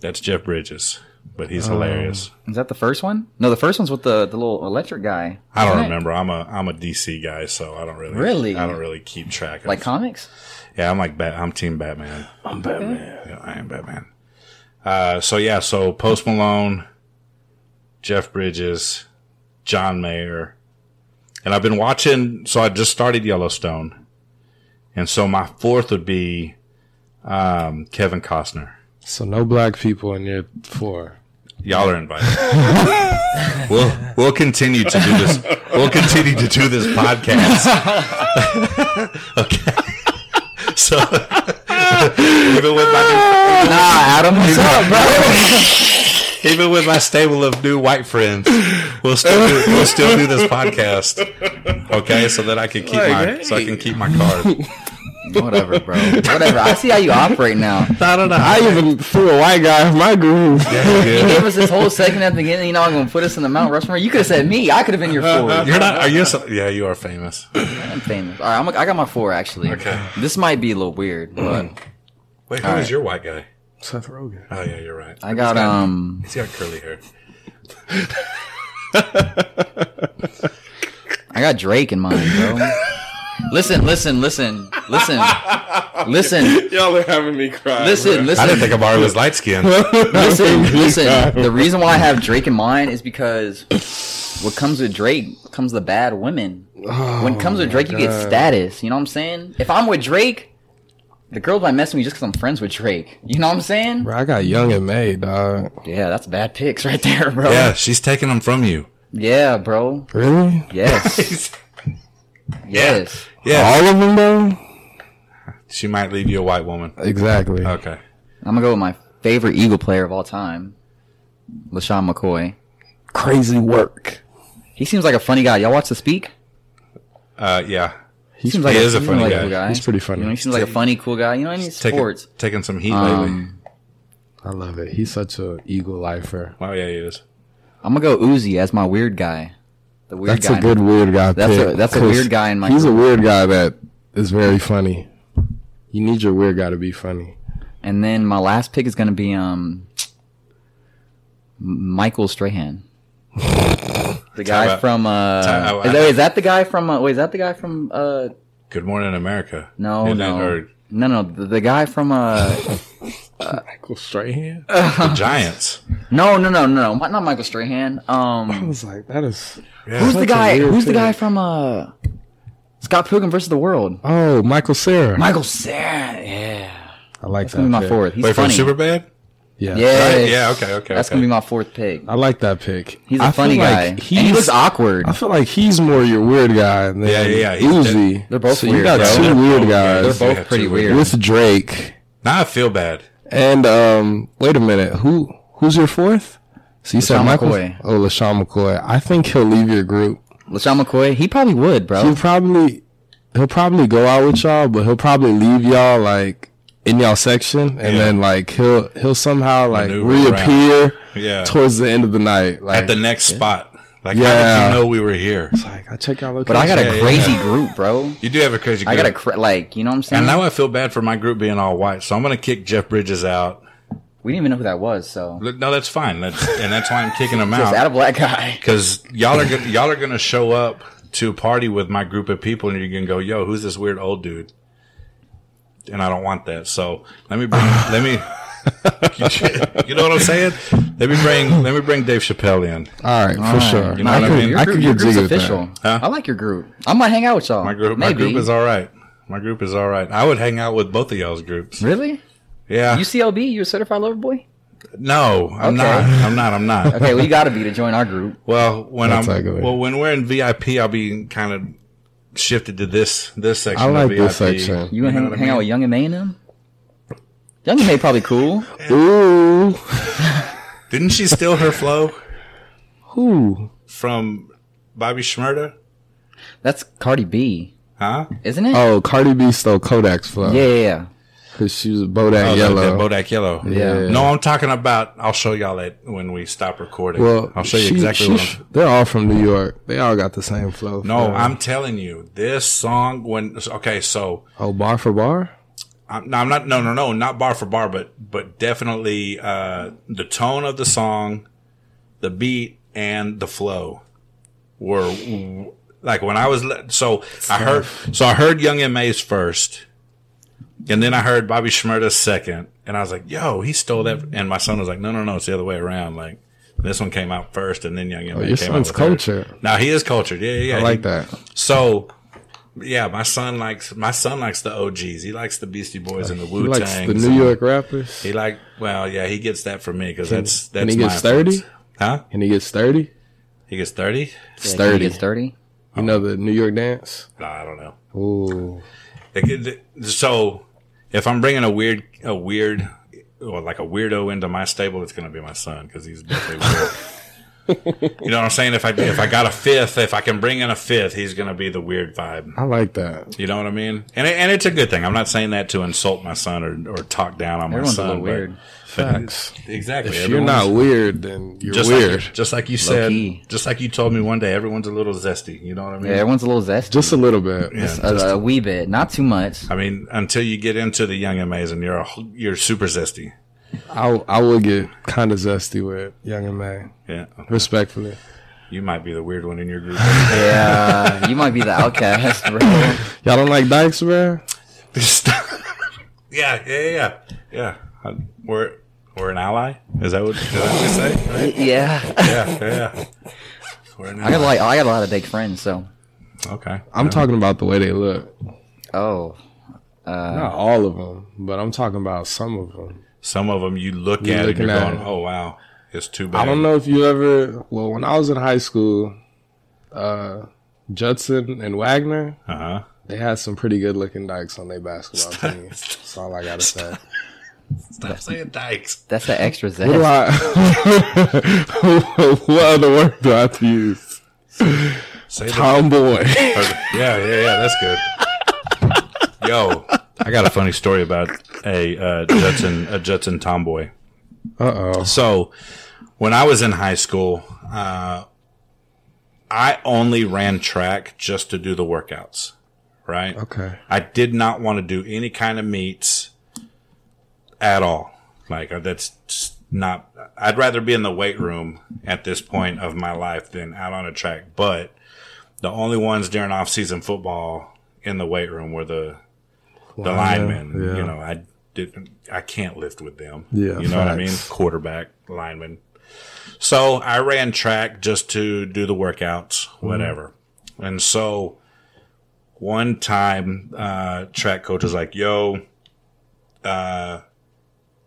B: That's Jeff Bridges, but
A: Oh.
B: he's hilarious.
A: is that the first one? No, the first one's with the the little electric guy.
B: I don't
A: Isn't it?
B: remember. I'm a I'm a DC guy, so I don't really
A: Really?
B: I don't really keep track. Of,
A: Like comics.
B: yeah, I'm like Bat. I'm Team Batman. I'm Batman. Yeah, I am Batman. Uh, so yeah, so Post Malone, Jeff Bridges, John Mayer, and I've been watching. So I just started Yellowstone, and so my fourth would be um, Kevin Costner.
C: so no black people in your four.
B: Y'all are invited. we'll we'll continue to do this. We'll continue to do this podcast. okay. So even with my
A: Nah, Adam. What's up, bro?
B: even with my stable of new white friends, we'll still do, we'll still do this podcast. Okay, so that I can keep my so I can keep my card.
A: Whatever, bro. Whatever. I see how you operate now.
B: I don't know.
C: Uh, I even threw a white guy in my groove.
A: You gave us this whole segment at the beginning. You know, I'm gonna put us in the Mount Rushmore. You could have said me. I could have been your four.
B: You're not. Are you? So, yeah, you are famous.
A: I'm famous. All right, I'm, I got my four actually.
B: Okay. Mm.
A: This might be a little weird, but
B: Wait, who is your white guy?
C: Seth Rogen.
B: Oh yeah, you're right.
A: I got um.
B: He's got curly hair.
A: I got Drake in mind, bro. listen, listen, listen, listen, listen,
C: Y'all are having me cry.
A: listen,
B: I didn't
A: listen,
B: think Amari was light skinned.
A: listen, listen. The reason why I have Drake in mind is because what comes with Drake comes the bad women. when it
C: Oh
A: comes with Drake, you get status. You know what I'm saying? If I'm with Drake, the girls might mess with me just because I'm friends with Drake. You know what I'm saying?
C: Bro, I got young and May, dog.
A: Yeah, that's bad picks right there, bro.
B: Yeah, she's taking them from you.
A: Yeah, bro.
C: Really?
A: Yes. yes.
B: Yeah,
C: All of them, bro?
B: she might leave you a white woman.
C: Exactly.
A: Uh,
B: Okay.
A: I'm gonna go with my favorite Eagle player of all time, LaShawn McCoy.
C: Crazy work.
A: He seems like a funny guy. Y'all watch the speak?
B: Uh, yeah.
A: He seems
B: he
A: like
B: is a
A: seems
B: funny
A: like
B: guy.
A: cool
C: He's pretty funny.
A: You know, he seems like a funny, cool guy. You know, in
B: Taking,
A: sports.
B: taking some heat lately.
A: Um,
C: I love it. He's such a eagle lifer.
B: Wow, yeah, he is.
A: I'm gonna go Uzi as my weird guy. The weird
C: That's
A: guy.
C: a good weird guy.
A: That's a-
C: pick,
A: that's a
C: 'cause
A: weird guy in my
C: He's a weird guy that is very funny. You need your weird guy to be funny.
A: And then my last pick is gonna be um, M- Michael Strahan. The guy
B: out.
A: from uh,
B: Time out.
A: is, that, is that the guy from? Uh, wait, is that the guy from? Uh,
B: Good morning, America.
A: no,
B: Isn't it?
A: no,
B: Or
A: no, no, the, the guy from uh,
C: Michael Strahan?
B: the Giants.
A: no, no, no, no, no, Mi- not Michael Strahan.
C: I
A: Um,
C: was like, that is.
A: who's
C: Such
A: the
C: a
A: guy?
C: weird
A: Who's the guy
C: pick.
A: from uh, Scott Pilgrim versus the World?
C: Oh, Michael Sarah.
A: Michael Sarah. Yeah.
C: I like that.
A: That's gonna be my
C: pick.
A: fourth. He's
B: Wait, from
A: funny.
B: Superbad?
C: Yeah.
A: Yeah.
B: Right? Yeah, okay, okay.
A: That's
B: okay.
A: gonna be my fourth pick.
C: I like that pick.
A: He's a
C: a
A: funny guy.
C: Like
A: and he
C: he's-
A: looks awkward.
C: I feel like he's more your weird guy than
B: Yeah, yeah, yeah. He's
C: Uzi.
A: They're both
C: so
A: weird,
C: You got
A: bro.
C: two weird
A: They're
C: guys
A: both
B: Yeah,
A: pretty
B: too.
A: weird.
C: with Drake.
B: Now I feel bad.
C: And um, wait a minute. Who who's your fourth? So you said
A: LaShawn
C: Michael.
A: McCoy.
C: Oh, LaShawn McCoy. I think he'll leave your group.
A: LaShawn McCoy, he probably would, bro.
C: He'll probably he'll probably go out with y'all, but he'll probably leave y'all like in y'all section, and
B: Yeah.
C: then like he'll he'll somehow like
B: Maneuver
C: reappear
B: Yeah.
C: towards the end of the night. Like,
B: At the next spot. Like, how
C: Yeah.
B: did you know we were here?
C: it's like I check y'all location.
A: But I got
B: Yeah,
A: a
B: yeah,
A: crazy
B: yeah.
A: group, bro.
B: You do have a crazy.
A: I got a
B: group.
A: cra- like, you know what I'm saying?
B: And now I feel bad for my group being all white, so I'm going to kick Jeff Bridges out.
A: we didn't even know who that was, so
B: Look, No, that's fine. That's and that's why I'm kicking him
A: just add a
B: out
A: black guy.
B: because y'all are gonna, y'all are going to show up to a party with my group of people, and you're going to go, "Yo, who's this weird old dude?" And I don't want that. So let me bring let me. You know what I'm saying? Let me bring let me bring Dave Chappelle in.
C: all right for sure.
B: You know
C: I
B: what I
C: could,
B: mean?
A: Your
C: I
A: group-
C: could
A: your
C: get
A: group's
C: jiggy with
A: official.
C: that.
A: I like your group. I might hang out with y'all.
B: My group my
A: Maybe.
B: group is all right. My group is all right. I would hang out with both of y'all's groups.
A: Really?
B: Yeah.
A: UCLB? You a certified lover boy?
B: no, I'm
A: Okay.
B: not. I'm not. I'm not.
A: Okay, well, you got to be to join our group.
B: Well, when
C: That's
B: I'm
C: ugly.
B: well, when we're in VIP, I'll be kind of shifted to this this section.
C: I
B: of
C: like
B: VIP.
C: this section.
A: You, gonna
B: know
A: hang,
B: what I
A: hang
B: mean?
A: out with Young and May and them? Young and May probably cool.
C: Ooh,
B: Didn't she steal her flow
C: who?
B: from Bobby Schmurda?
A: That's Cardi B,
B: Huh?
A: isn't it?
C: Oh, Cardi B stole Kodak's flow
A: yeah, yeah, yeah.
C: because she was Bodak
B: Oh,
C: Yellow.
B: That, that Bodak Yellow.
A: Yeah.
B: No, I'm talking about. I'll show y'all that when we stop recording.
C: Well,
B: I'll show you
C: she-
B: exactly
C: she-
B: what I'm.
C: They're all from New York. They all got the same flow.
B: No,
C: for-
B: I'm telling you, this song when okay, so
C: oh bar for bar.
B: I'm, no, I'm not. No, no, no, not bar for bar, but but definitely uh, the tone of the song, the beat, and the flow were w- like when I was le- so I heard so I heard Young M A's first, and then I heard Bobby Shmurda second, and I was like, "Yo, he stole that!" And my son was like, "No, no, no, it's the other way around." Like. This one came out first, and then Young M. A
C: Oh, your
B: came out
C: son's
B: with hers.
C: cultured.
B: Now he is cultured. Yeah, yeah.
C: I
B: yeah.
C: like
B: He-
C: that.
B: so, yeah, my son likes my son likes the OGs. He likes the Beastie Boys and the
C: He
B: Wu
C: likes
B: Tang.
C: the New York rappers,
B: He like well, yeah, he gets that from me because that's that's
C: and he
B: my
C: gets thirty.
B: influence. huh?
C: And he gets sturdy.
B: He gets thirty.
A: Sturdy. Sturdy.
C: You know the New York dance.
B: No, I don't know.
C: Ooh,
B: They get- they- So, if I'm bringing a weird a weird or like a weirdo into my stable, it's gonna be my son because he's definitely weird. you know what I'm saying? If I if I got a fifth, if I can bring in a fifth, he's gonna be the weird vibe.
C: I like that.
B: You know what I mean? And it, and it's a good thing. I'm not saying that to insult my son or, or talk down on
A: Everyone's
B: my son.
A: a little
B: but-
A: weird.
C: Facts.
B: Exactly.
C: If you're
B: Everyone's-
C: not weird, then you're
B: just
C: weird.
B: Like, just like you said,
A: key.
B: just like you told me one day, everyone's a little zesty. You know what I mean?
A: Yeah, everyone's a little zesty.
C: just a little bit.
B: Yeah.
A: a, a wee bit, not too much.
B: I mean, until you get into the young and amazing, you're a, wh- you're super zesty.
C: I I would get kind of zesty with Young and May,
B: Yeah,
C: respectfully.
B: you might be the weird one in your group.
A: Yeah, you might be the outcast, bro.
C: Y'all don't like Dykes, bro?
B: yeah, yeah, yeah, yeah. I- We're we're an ally. Is that what, is that what you say? Right?
A: Yeah,
B: Yeah, yeah, yeah. We're an
A: I got
B: ally.
A: like I got a lot of big friends, so
B: Okay.
C: I'm talking about the way they look.
A: oh,
B: Uh.
C: Not all of them, but I'm talking about some of them.
B: Some of them you look
C: You're
B: at and
C: looking
B: you're
C: at
B: going,
C: it.
B: oh wow, it's too bad.
C: I don't know if you ever. Well, when I was in high school, uh, Judson and Wagner,
B: Uh huh.
C: they had some pretty good looking dykes on their basketball team. That's all I gotta say.
B: Stop saying dykes.
A: that's the extra zest.
C: What do I? what other word do I have to use?
B: Say the
C: Tomboy.
B: yeah, yeah, yeah. That's good. Yo, I got a funny story about a uh, Judson a Judson tomboy.
C: Uh oh.
B: So when I was in high school, uh, I only ran track just to do the workouts. Right.
C: Okay.
B: I did not want to do any kind of meets at all. Like uh, that's just not. I'd rather be in the weight room at this point of my life than out on a track. But the only ones during off-season football in the weight room were the the linemen.
C: yeah.
B: You know, Oh, I didn't. I can't lift with them.
C: Yeah,
B: you know what I mean.
C: facts.
B: Quarterback, lineman. So I ran track just to do the workouts,
C: Mm-hmm.
B: whatever. And so one time uh, track coach was like, "Yo, uh,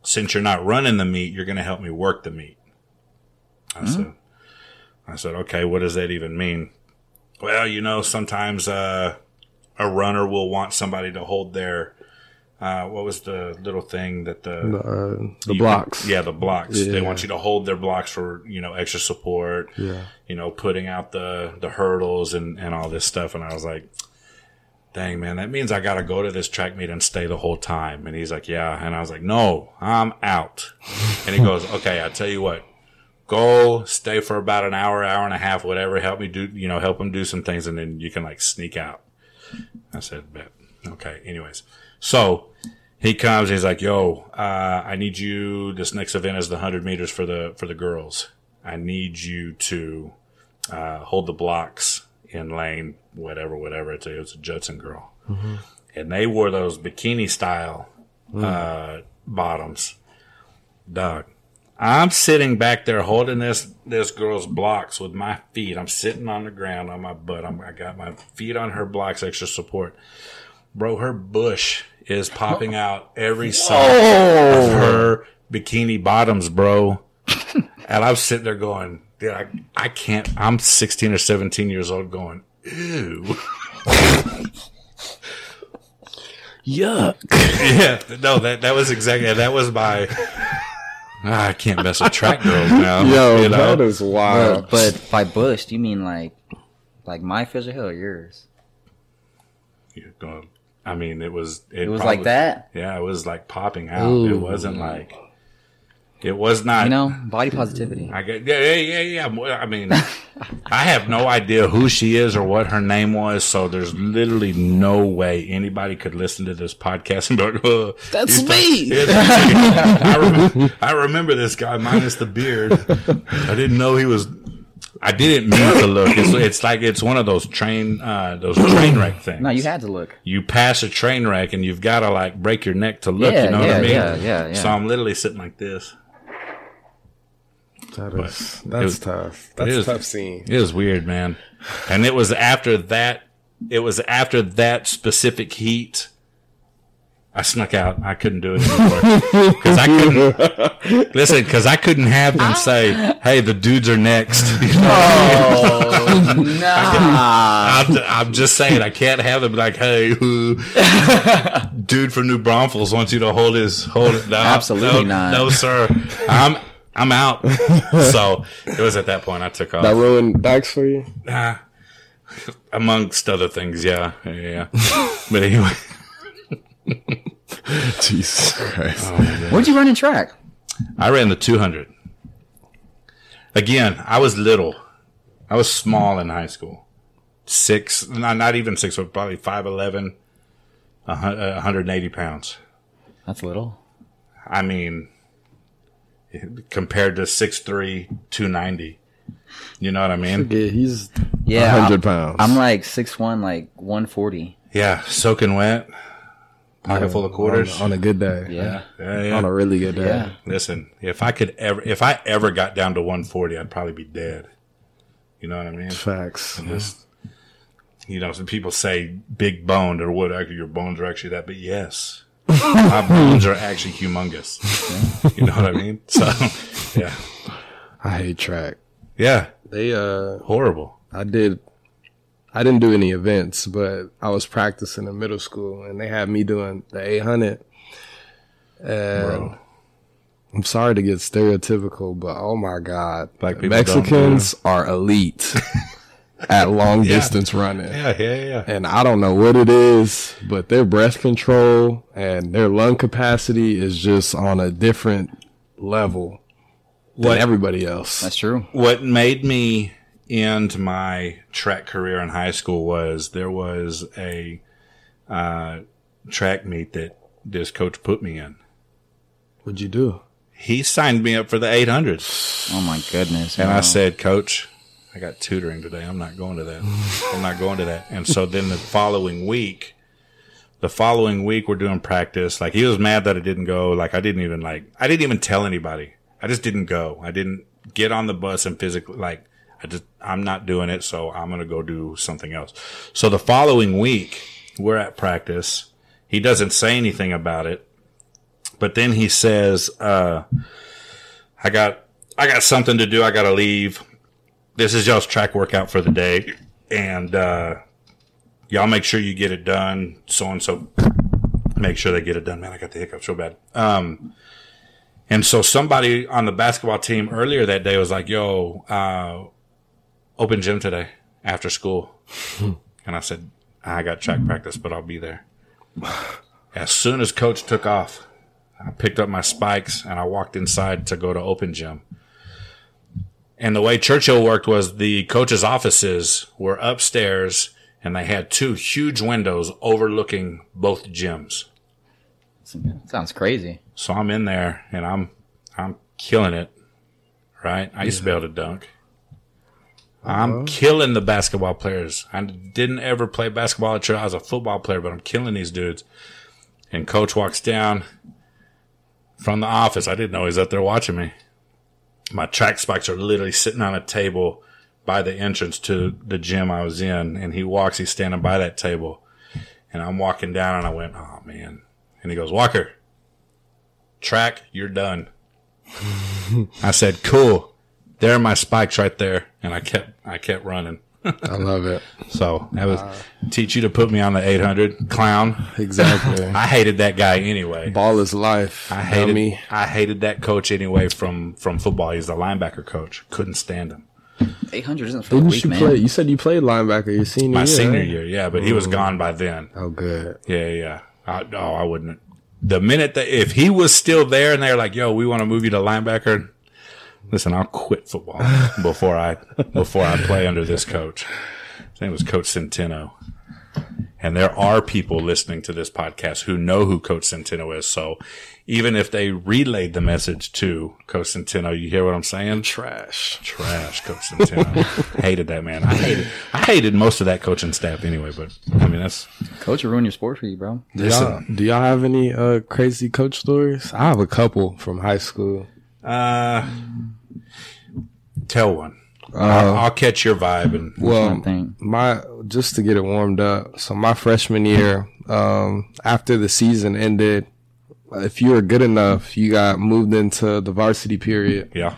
B: since you're not running the meet, you're going to help me work the meet."
C: Mm-hmm.
B: I said, "I said, okay, what does that even mean?" Well, you know, sometimes uh, a runner will want somebody to hold their uh, what was the little thing that the
C: The, uh, the
B: you-
C: blocks.
B: yeah, the blocks. They
C: Yeah.
B: want you to hold their blocks for you know extra support.
C: Yeah.
B: You know, putting out the the hurdles and and all this stuff. And I was like, dang man, that means I gotta go to this track meet and stay the whole time. And he's like, yeah. And I was like, no, I'm out. And he goes, okay, I tell you what, go stay for about an hour, hour and a half, whatever. Help me do, you know, help him do some things, and then you can like sneak out. I said, bet. Okay. Anyways, so he comes. He's like, yo, uh, I need you. This next event is the hundred meters for the for the girls. I need you to uh, hold the blocks in lane, whatever, whatever. It's a, it's a Judson girl, and they wore those bikini style uh, bottoms. Dog, I'm sitting back there holding this this girl's blocks with my feet. I'm sitting on the ground on my butt. I'm, I got my feet on her blocks, extra support. Bro, her bush is popping out every side of her bikini bottoms, bro. and I'm sitting there going, dude, I, I can't. I'm 16 or 17 years old going, ew.
C: Yuck.
B: yeah, no, that that was exactly that was my. Ah, I can't mess with track girls now.
C: Yo,
B: you know?
C: that is wild.
A: But by bush, do you mean like, like my physical hill or yours?
B: You're going- I mean, it was.
A: It was
B: probably-
A: like that.
B: Yeah, it was like popping out. It
C: Ooh.
B: wasn't like. It was not.
A: You know, body positivity.
B: I get, yeah, yeah, yeah, yeah. I mean, I have no idea who she is or what her name was, so there's literally no way anybody could listen to this podcast and be like, "Uh,
C: That's
B: he's
C: me."
B: the- I, remember, I remember this guy minus the beard. I didn't know he was. I didn't mean to look. It's, it's like it's one of those train, uh, those train wreck things.
A: No, you had to look.
B: You pass a train wreck and you've got to like break your neck to look.
A: Yeah,
B: you know what
A: yeah,
B: I mean?
A: yeah, yeah, yeah.
B: So I'm literally sitting like this.
C: That is,
B: It
C: that's
B: was-
C: tough.
B: it
C: That's a
B: is-
C: tough scene.
B: It was weird, man. And it was after that. It was after that specific heat. I snuck out. I couldn't do it anymore because I couldn't listen. Because I couldn't have them say, "Hey, the dudes are next." You know?
A: Oh nah.
B: I'm, I'm just saying, I can't have them like, "Hey, who, dude from New Braunfels wants you to hold his hold it." No,
A: Absolutely
B: no,
A: not.
B: No, sir. I'm I'm out. so it was at that point I took off.
C: That ruined backs for you?
B: amongst other things. Yeah, yeah. yeah. but anyway,
C: Jesus Christ.
A: Where'd you run in track?
B: I ran the 200. Again, I was little. I was small in high school. Six, not, not even six, but probably 5'11, a hun- uh, 180 pounds.
A: That's little.
B: I mean, compared to 6'3, 290. You know what I mean?
C: Yeah, he's
A: Yeah,
C: 100
A: I'm-
C: pounds.
A: I'm like six one, like one forty.
B: Yeah, soaking wet, pocket full of quarters.
C: on, on a good day.
A: Yeah.
B: Yeah, yeah.
C: On a really good day.
A: Yeah.
B: Listen, if I could ever, if I ever got down to 140, I'd probably be dead. You know what I mean?
C: Facts.
B: Just, you know, some people say big boned or what, actually, your bones are actually that, but yes, my bones are actually humongous. You know what I mean? So, yeah,
C: I hate track.
B: yeah,
C: They uh
B: horrible.
C: I did. I didn't do any events, but I was practicing in middle school, and they had me doing the 800. And
B: Bro.
C: I'm sorry to get stereotypical, but oh my god,
B: Black people don't do
C: Mexicans are elite at long
B: Yeah.
C: distance running.
B: Yeah, yeah, yeah.
C: And I don't know what it is, but their breath control and their lung capacity is just on a different level than
B: What-
C: everybody else.
A: That's true.
B: What made me end my track career in high school was there was a uh, track meet that this coach put me in.
C: What'd you do?
B: he signed me up for the 800.
A: Oh my goodness.
B: And
A: bro.
B: I said, Coach, I got tutoring today. I'm not going to that. I'm not going to that. And so then the following week, the following week, we're doing practice. Like he was mad that I didn't go. Like I didn't even like, I didn't even tell anybody. I just didn't go. I didn't get on the bus and physically, like, I just, I'm not doing it. So I'm going to go do something else. So the following week, we're at practice. He doesn't say anything about it. But then he says, uh, I got I got something to do. I gotta leave. This is y'all's track workout for the day, and uh, y'all make sure you get it done. So and so, make sure they get it done. Man, I got the hiccups real bad. Um, and so somebody on the basketball team earlier that day was like, "Yo, uh, open gym today after school," and I said, I got track practice, but I'll be there. As soon as coach took off, I picked up my spikes and I walked inside to go to open gym. And the way Churchill worked was the coach's offices were upstairs and they had two huge windows overlooking both gyms.
A: Sounds crazy.
B: So I'm in there and I'm I'm killing it. Right? I used to be able to dunk. I'm killing the basketball players. I didn't ever play basketball at church. I was a football player, but I'm killing these dudes. And coach walks down from the office. I didn't know he's up there watching me. My track spikes are literally sitting on a table by the entrance to the gym I was in. And he walks, he's standing by that table. And I'm walking down and I went, oh man. And he goes, Walker, track, you're done. I said, cool. There are my spikes right there. And I kept, I kept running.
C: I love it.
B: So that was
C: Uh,
B: teach you to put me on the 800 clown.
C: Exactly.
B: I hated that guy anyway.
C: Ball is life.
B: I hated
C: me.
B: I hated that coach anyway from from football. He's the linebacker coach. Couldn't stand him.
A: 800 isn't for the
C: Didn't
A: weak
C: you
A: man.
C: play? You said you played linebacker your senior
B: My
C: year.
B: senior
C: right?
B: year, yeah, but he was gone by then.
C: Oh, good.
B: Yeah, yeah. I, no, I wouldn't. The minute that if he was still there and they're like, "Yo, we want to move you to linebacker," listen, I'll quit football before I before I play under this coach. His name was Coach Centeno. And there are people listening to this podcast who know who Coach Centeno is. So even if they relayed the message to Coach Centeno, you hear what I'm saying? Trash. Trash, Coach Centeno. hated that man. I hated I hated most of that coaching staff anyway, but I mean that's
A: Coach will ruin your sport for you, bro.
C: Do y'all, do y'all have any uh, crazy coach stories? I have a couple from high school.
B: Uh, tell one. I'll, I'll catch your vibe and
A: I
C: Well,
A: think.
C: my just to get it warmed up. So my freshman year, um, after the season ended, if you were good enough, you got moved into the varsity period.
B: yeah.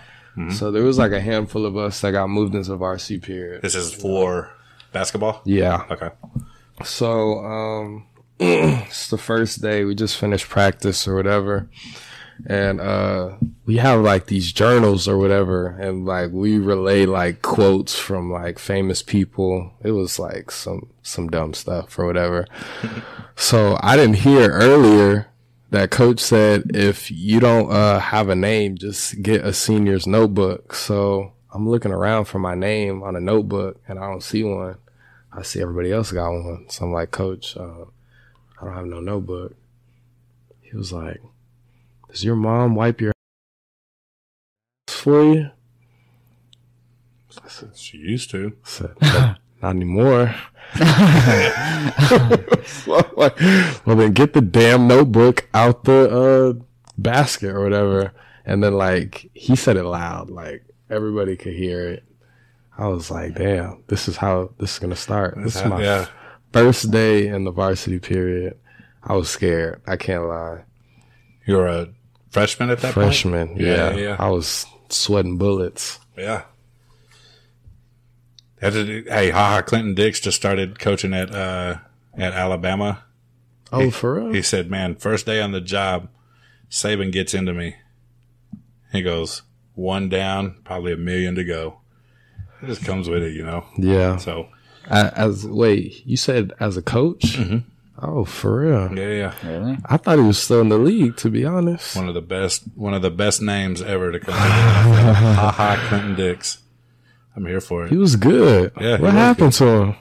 C: So there was like a handful of us that got moved into varsity period.
B: This is for basketball.
C: Yeah.
B: Okay.
C: So um, it's the first day. We just finished practice or whatever, and uh, we have like these journals or whatever, and like we relay like quotes from like famous people. It was like some some dumb stuff or whatever. so I didn't hear earlier. That coach said, if you don't uh, have a name, just get a senior's notebook. So I'm looking around for my name on a notebook and I don't see one. I see everybody else got one. So I'm like, Coach, uh, I don't have no notebook. He was like, Does your mom wipe your ass for you?
B: She used to.
C: I said, "No, Not anymore. so I'm like, well, then get the damn notebook out the uh, basket or whatever. And then, like, he said it loud. Like, everybody could hear it. I was like, damn, this is how this is going to start. This is my
B: Uh, yeah.
C: first day in the varsity period, I was scared. I can't lie.
B: You're a freshman at that
C: Freshman,
B: point.
C: yeah,
B: Yeah. Yeah.
C: I was sweating bullets.
B: yeah. That's a- hey, haha! Clinton Dix just started coaching at uh, at Alabama.
C: Oh, for real?
B: He said, "Man, first day on the job, Saban gets into me." He goes one down, probably a million to go. It just comes with it, you know.
C: Yeah.
B: So
C: A- As wait, you said as a coach?
B: Mm-hmm.
C: Oh, for real?
B: yeah, yeah.
A: Really?
C: I thought he was still in the league. To be honest,
B: One of the best, one of the best names ever to come. Ha ha, Clinton Dix. I'm here for
C: he
B: it.
C: was good.
B: Yeah, he
C: what
B: was
C: happened to him?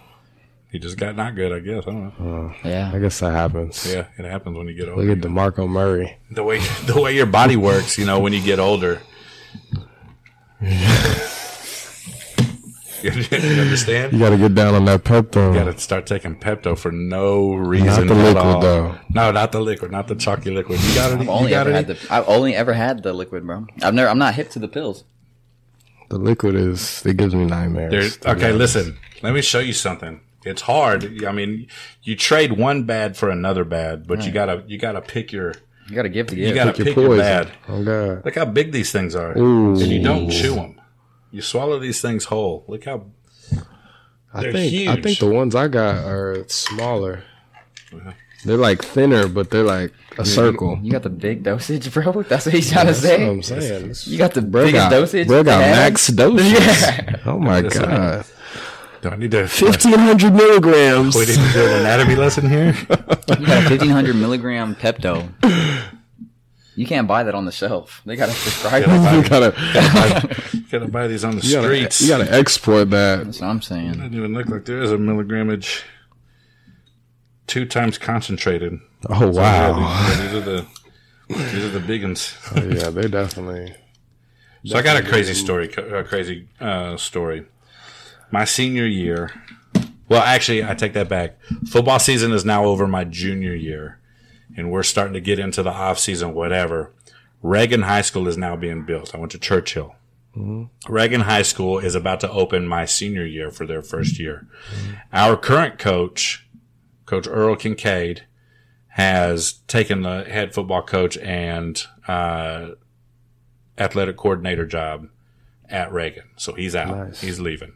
B: He just got not good, I guess. I don't know.
C: I
A: Yeah.
C: guess that happens.
B: Yeah, it happens when you get
C: Look
B: older.
C: at Demarco Murray.
B: The way the way your body works, you know, when you get older. you understand?
C: You got to get down on that Pepto.
B: You got to start taking Pepto for no reason
C: the
B: at
C: liquid,
B: all.
C: though.
B: No, not the liquid, not the chalky liquid. You got it.
A: I've only
B: You got
A: ever had
B: it.
A: the I've only ever had the liquid, bro. I've never I'm not hip to the pills.
C: the liquid is it gives me
B: There's,
C: nightmares.
B: okay, listen. Let me show you something. It's hard. I mean, you trade one bad for another bad, but you gotta you gotta pick your
A: You gotta give to
B: you
A: give.
B: gotta pick, your bad.
C: Oh God.
B: Look how big these things are, and you don't chew them. You swallow these things whole. Look how
C: I
B: They're
C: think I
B: huge. Uh-huh.
C: think the ones I got are smaller. They're like thinner, but they're like a circle.
A: You got the big dosage, bro. That's what he's trying to
C: That's what
A: say.
C: I'm saying. This
A: You got the biggest
C: got-
A: dosage.
C: bro got
A: they have?
C: max dosage.
A: Yeah.
C: Oh my god.
B: Do I need to?
C: Fifteen hundred milligrams.
B: We need to do an anatomy lesson here.
C: Oh
A: You got a 1500 milligram Pepto. You can't buy that on the shelf. They got to prescribe it.
C: you gotta,
B: Gotta buy these on the
C: you gotta,
B: streets.
C: you gotta export that.
A: That's what I'm saying.
B: Doesn't even look like there is a milligrammage. Two times concentrated.
C: Oh wow.
B: Yeah, these, these are the these are the big ones.
C: yeah, they definitely.
B: So I got a crazy story. co- A crazy uh, story. My senior year. Well, actually, I take that back. Football season is now over. My junior year, and we're starting to get into the off season. Whatever. Reagan High School is now being built. I went to Churchill. Reagan High School is about to open my senior year for their first year. Our current coach, Coach Earl Kincaid, has taken the head football coach and uh, athletic coordinator job at Reagan. So he's out. He's leaving.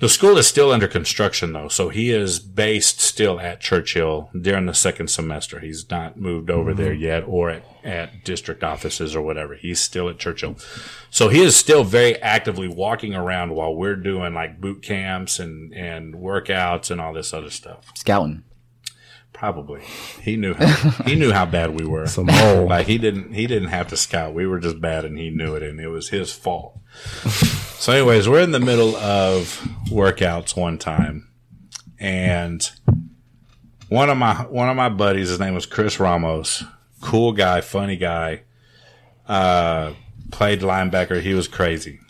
B: The school is still under construction though, so he is based still at Churchill during the second semester. He's not moved over there yet or at, at district offices or whatever. He's still at Churchill. So he is still very actively walking around while we're doing like boot camps and, and workouts and all this other stuff.
A: Scouting.
B: Probably. He knew how he knew how bad we were.
C: Some hole.
B: Like he didn't he didn't have to scout. We were just bad and he knew it and it was his fault. so anyways, we're in the middle of workouts one time and one of my one of my buddies, his name was Chris Ramos, cool guy, funny guy, uh, played linebacker. He was crazy,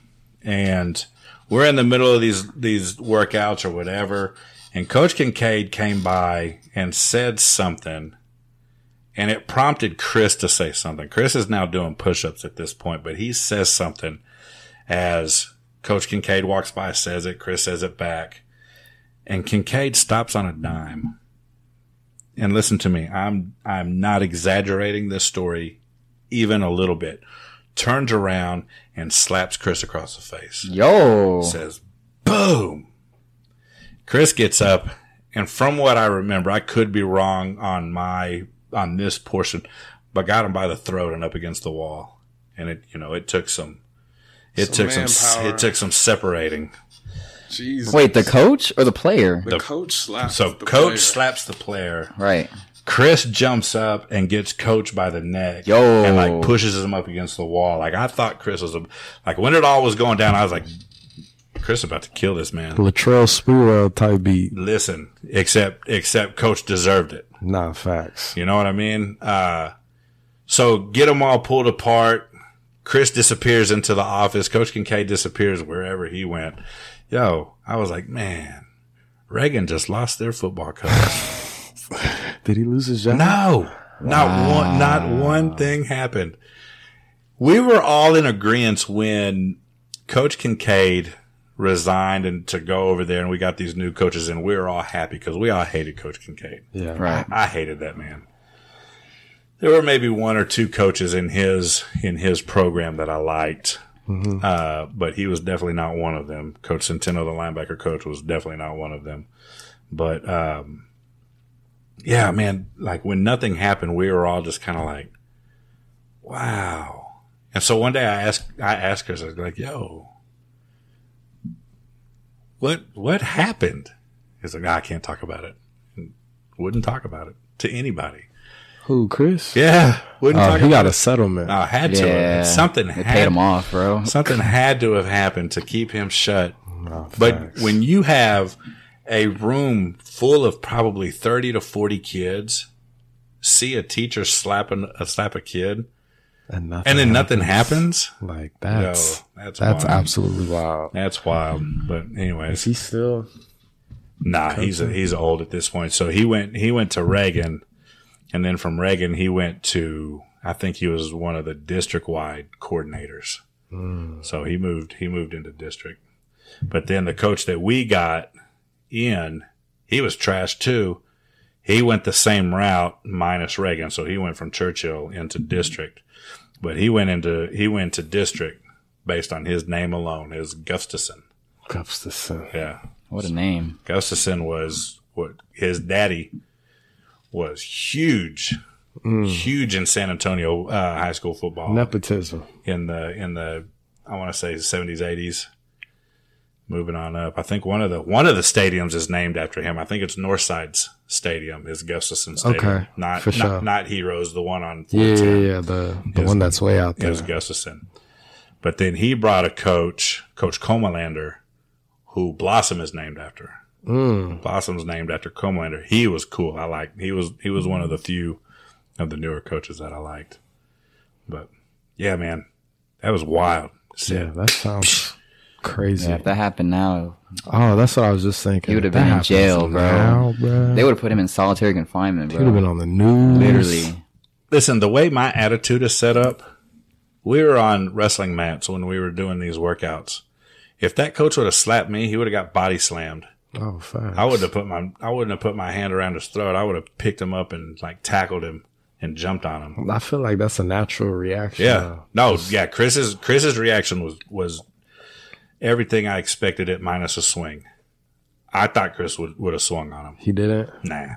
B: and we're in the middle of these these workouts or whatever, and Coach Kincaid came by and said something, and it prompted Chris to say something. Chris is now doing push-ups at this point, but he says something as Coach Kincaid walks by, says it. Chris says it back. And Kincaid stops on a dime and listen to me. I'm I'm not exaggerating this story even a little bit. Turns around and slaps Chris across the face.
A: Yo.
B: Says, "Boom." Chris gets up, and from what I remember, I could be wrong on my on this portion, but got him by the throat and up against the wall, and it you know it took some. It
C: Some
B: took some.
C: manpower.
B: It took some separating.
C: Jesus.
A: Wait, the coach or the player?
C: the coach slaps.
B: So
C: the
B: coach
C: player.
B: slaps the player.
A: Right.
B: Chris jumps up and gets coached by the neck.
A: Yo.
B: And like pushes him up against the wall. Like I thought Chris was a, like when it all was going down, I was like, Chris about to kill this man.
C: Latrell Sprewell type beat.
B: Listen, except, except coach deserved it.
C: Nah, facts.
B: You know what I mean? Uh, so get them all pulled apart. Chris disappears into the office. Coach Kincaid disappears wherever he went. Yo, I was like, man, Reagan just lost their football coach.
C: Did he lose his job?
B: No, not one, not one thing happened. We were all in agreement when Coach Kincaid resigned and to go over there, and we got these new coaches, and we were all happy because we all hated Coach Kincaid.
C: Yeah.
A: Right.
B: I hated that man. There were maybe one or two coaches in his in his program that I liked, uh, but he was definitely not one of them. Coach Centeno, the linebacker coach, was definitely not one of them. But um, yeah, man, like when nothing happened, we were all just kind of like, wow. And so one day I asked I asked her, I was like, yo, what what happened? He's like, "Nah, I can't talk about it wouldn't talk about it to anybody.
C: Who, Chris?
B: Yeah, wouldn't
C: Oh,
B: talk
C: he
B: about
C: got a settlement.
B: it. Uh, I had to.
A: Yeah.
B: have. Something
A: They
B: had
A: paid him off, bro.
B: something had to have happened to keep him shut.
C: Nah,
B: But
C: facts.
B: when you have a room full of probably 30 to 40 kids, see a teacher slap an, a slap a kid
C: and, nothing
B: and then nothing happens?
C: Like
B: No,
C: that's
B: that's
C: that's
B: wild.
C: absolutely wild.
B: That's wild. But anyways,
C: He still
B: Nah, he's he's old at this point. So he went he went to Reagan, and then from Reagan he went to I think he was one of the district wide coordinators. So he moved he moved into district, but then the coach that we got in he was trash too. He went the same route minus Reagan, so he went from Churchill into district, but he went into he went to district based on his name alone, his Gustafson.
C: cups the sun.
B: Yeah,
A: What a name.
B: Gustafson was what his daddy was huge,
C: Mm.
B: huge in San Antonio uh, high school football
C: Nepotism.
B: in the in the I want to say seventies eighties. Moving on up, I think one of the one of the stadiums is named after him. I think it's Northside's Stadium is Gustafson Stadium,
C: Okay,
B: not
C: for
B: not,
C: sure.
B: not Heroes, the one on
C: Yeah, yeah,
B: Florida.
C: yeah. The the one that's way out
B: It
C: there.
B: was Gustafson. But then he brought a coach, Coach Comalander, who Blossom is named after. Mm. Blossom's named after Comalander. He was cool. I liked. He was he was one of the few of the newer coaches that I liked. But yeah, man, that was wild.
C: Yeah,
B: Shit.
C: that sounds crazy.
A: Yeah, if that happened now,
C: Oh, that's what I was just thinking.
A: He would've
C: If that
A: been in
C: happens
A: jail, bro.
C: now, bruh,
A: they would have put him in solitary confinement,
C: he would have been
A: bro.
C: on the news.
A: Literally,
B: Listen, the way my attitude is set up, we were on wrestling mats when we were doing these workouts. If that coach would have slapped me, he would have got body slammed.
C: Oh, fuck.
B: I wouldn't have put my I wouldn't have put my hand around his throat. I would have picked him up and like tackled him and jumped on him.
C: I feel like that's a natural reaction.
B: Yeah.
C: though.
B: no, yeah, Chris's Chris's reaction was was everything I expected it minus a swing. I thought Chris would, would have swung on him.
C: He didn't.
B: Nah.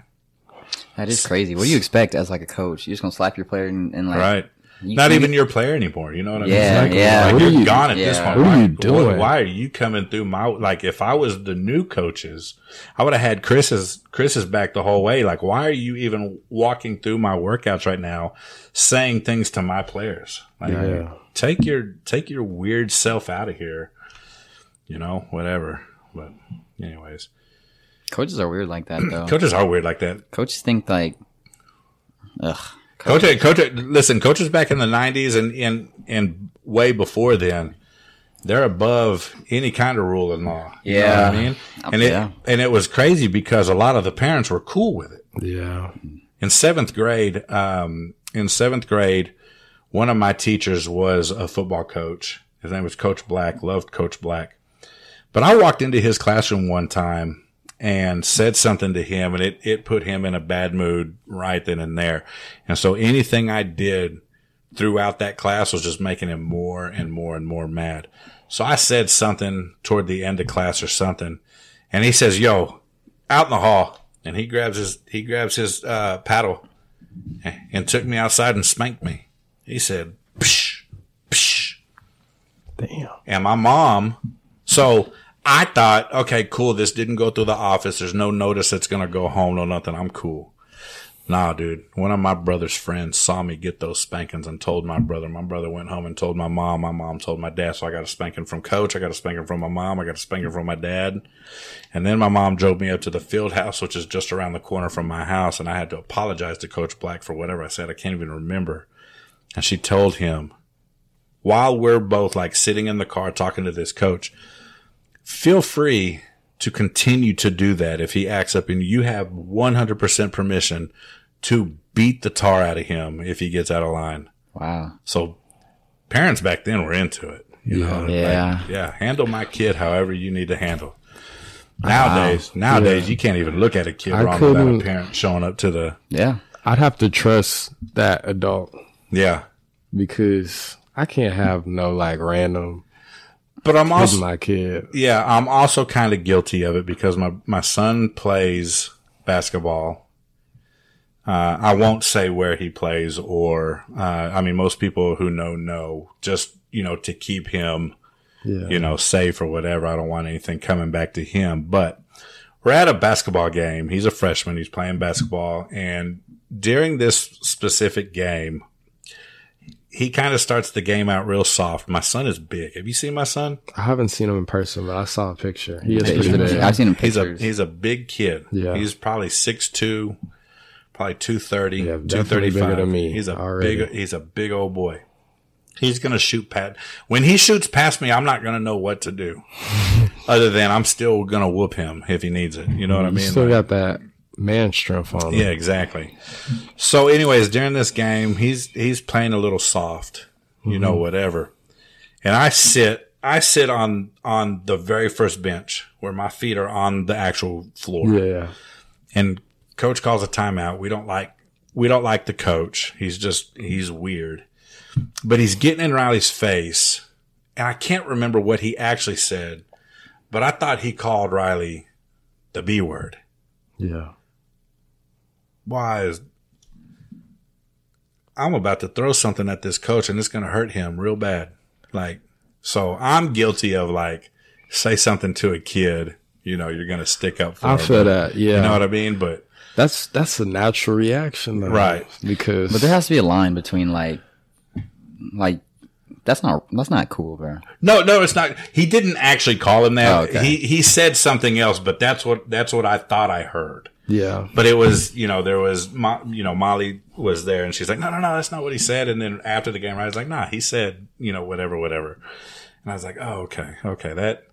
A: that is crazy. What do you expect as like a coach? You're just gonna slap your player and, and like,
B: Right.
A: you-
B: Not
A: you-
B: even your player anymore. You know what I
A: Yeah,
B: mean? Like,
A: yeah.
B: Like
C: What are
B: you're
C: you-
B: gone at this
A: yeah.
B: point.
C: What are
B: Why-
C: you doing?
B: Why are you coming through my like? If I was the new coaches, I would have had Chris's Chris's back the whole way. Like, why are you even walking through my workouts right now, saying things to my players? Like,
C: Yeah.
B: take your take your weird self out of here. You know, whatever. But anyways,
A: Coaches are weird like that though.
B: coaches are weird like that.
A: coaches think like, ugh.
B: Coach, coach, listen, coaches back in the '90s and and and way before then, they're above any kind of rule and law. You know what
A: Yeah. Oh,
B: I mean, and it
A: Yeah.
B: and it was crazy because a lot of the parents were cool with it.
C: Yeah.
B: In seventh grade, um, in seventh grade, one of my teachers was a football coach. His name was Coach Black. Loved Coach Black, but I walked into his classroom one time and said something to him and it, it put him in a bad mood right then and there. And so anything I did throughout that class was just making him more and more and more mad. So I said something toward the end of class or something and he says, yo, out in the hall. And he grabs his, he grabs his, uh, paddle and took me outside and spanked me. He said, psh, psh,
C: Damn.
B: and my mom. So I thought, okay, cool. This didn't go through the office. There's no notice that's going to go home. No nothing. I'm cool. Nah, dude. One of my brother's friends saw me get those spankings and told my brother. My brother went home and told my mom. My mom told my dad. So I got a spanking from coach. I got a spanking from my mom. I got a spanking from my dad. And then my mom drove me up to the field house, which is just around the corner from my house. And I had to apologize to Coach Black for whatever I said. I can't even remember. And she told him, while we're both like sitting in the car talking to this coach, feel free to continue to do that if he acts up and you have 100% permission to beat the tar out of him if he gets out of line.
A: Wow.
B: So parents back then were into it. You know,
A: Yeah.
B: Like, yeah. Handle my kid however you need to handle. Nowadays, nowadays you can't even look at a kid
C: I
B: wrong without
C: couldn't-
B: a parent showing up to the
A: Yeah.
C: I'd have to trust that adult
B: yeah.
C: because I can't have no like random
B: But I'm
C: with
B: also
C: my kid.
B: yeah, I'm also kind of guilty of it because my my son plays basketball. Uh, I won't say where he plays, or uh, I mean, most people who know know. Just you know, to keep him,
C: Yeah.
B: you know, safe or whatever. I don't want anything coming back to him. But we're at a basketball game. He's a freshman. He's playing basketball, and during this specific game, he kind of starts the game out real soft. My son is big. Have you seen my son?
C: I haven't seen him in person, but I saw a picture. He is
A: Pictures.
C: pretty big.
A: I've seen him
B: He's a
A: pictures.
B: he's a big kid.
C: Yeah.
B: He's probably 6'2", probably 230,
C: Yeah, definitely
B: 235.
C: bigger than me
B: he's a
C: already.
B: big he's a big old boy. He's going to shoot pat. When he shoots past me, I'm not going to know what to do. Other than I'm still going to whoop him if he needs it. You know what I
C: You
B: mean?
C: still
B: Like-
C: got that man strength on him.
B: yeah, exactly. So, anyways, during this game, he's he's playing a little soft, you
C: Mm-hmm.
B: know, whatever. And I sit, I sit on on the very first bench where my feet are on the actual floor.
C: Yeah.
B: And coach calls a timeout. We don't like we don't like the coach. He's just he's weird, but he's getting in Riley's face, and I can't remember what he actually said, but I thought he called Riley the B word
C: Yeah.
B: why is I'm about to throw something at this coach and it's going to hurt him real bad. Like, so I'm guilty of like say something to a kid, you know, you're going to stick up for
C: I
B: them.
C: feel that. Yeah,
B: You know what I mean? But
C: that's that's a natural reaction, though,
B: Right.
C: Because
A: But there has to be a line between like, like that's not that's not cool, bro.
B: no, no, it's not. He didn't actually call him that.
A: Oh, okay.
B: He he said something else, but that's what that's what I thought I heard.
C: yeah,
B: But it was, you know, there was, Mo- you know, Molly was there and she's like, no, no, no, that's not what he said. And then after the game, I was like, nah, he said, you know, whatever, whatever. And I was like, oh, okay, okay, that,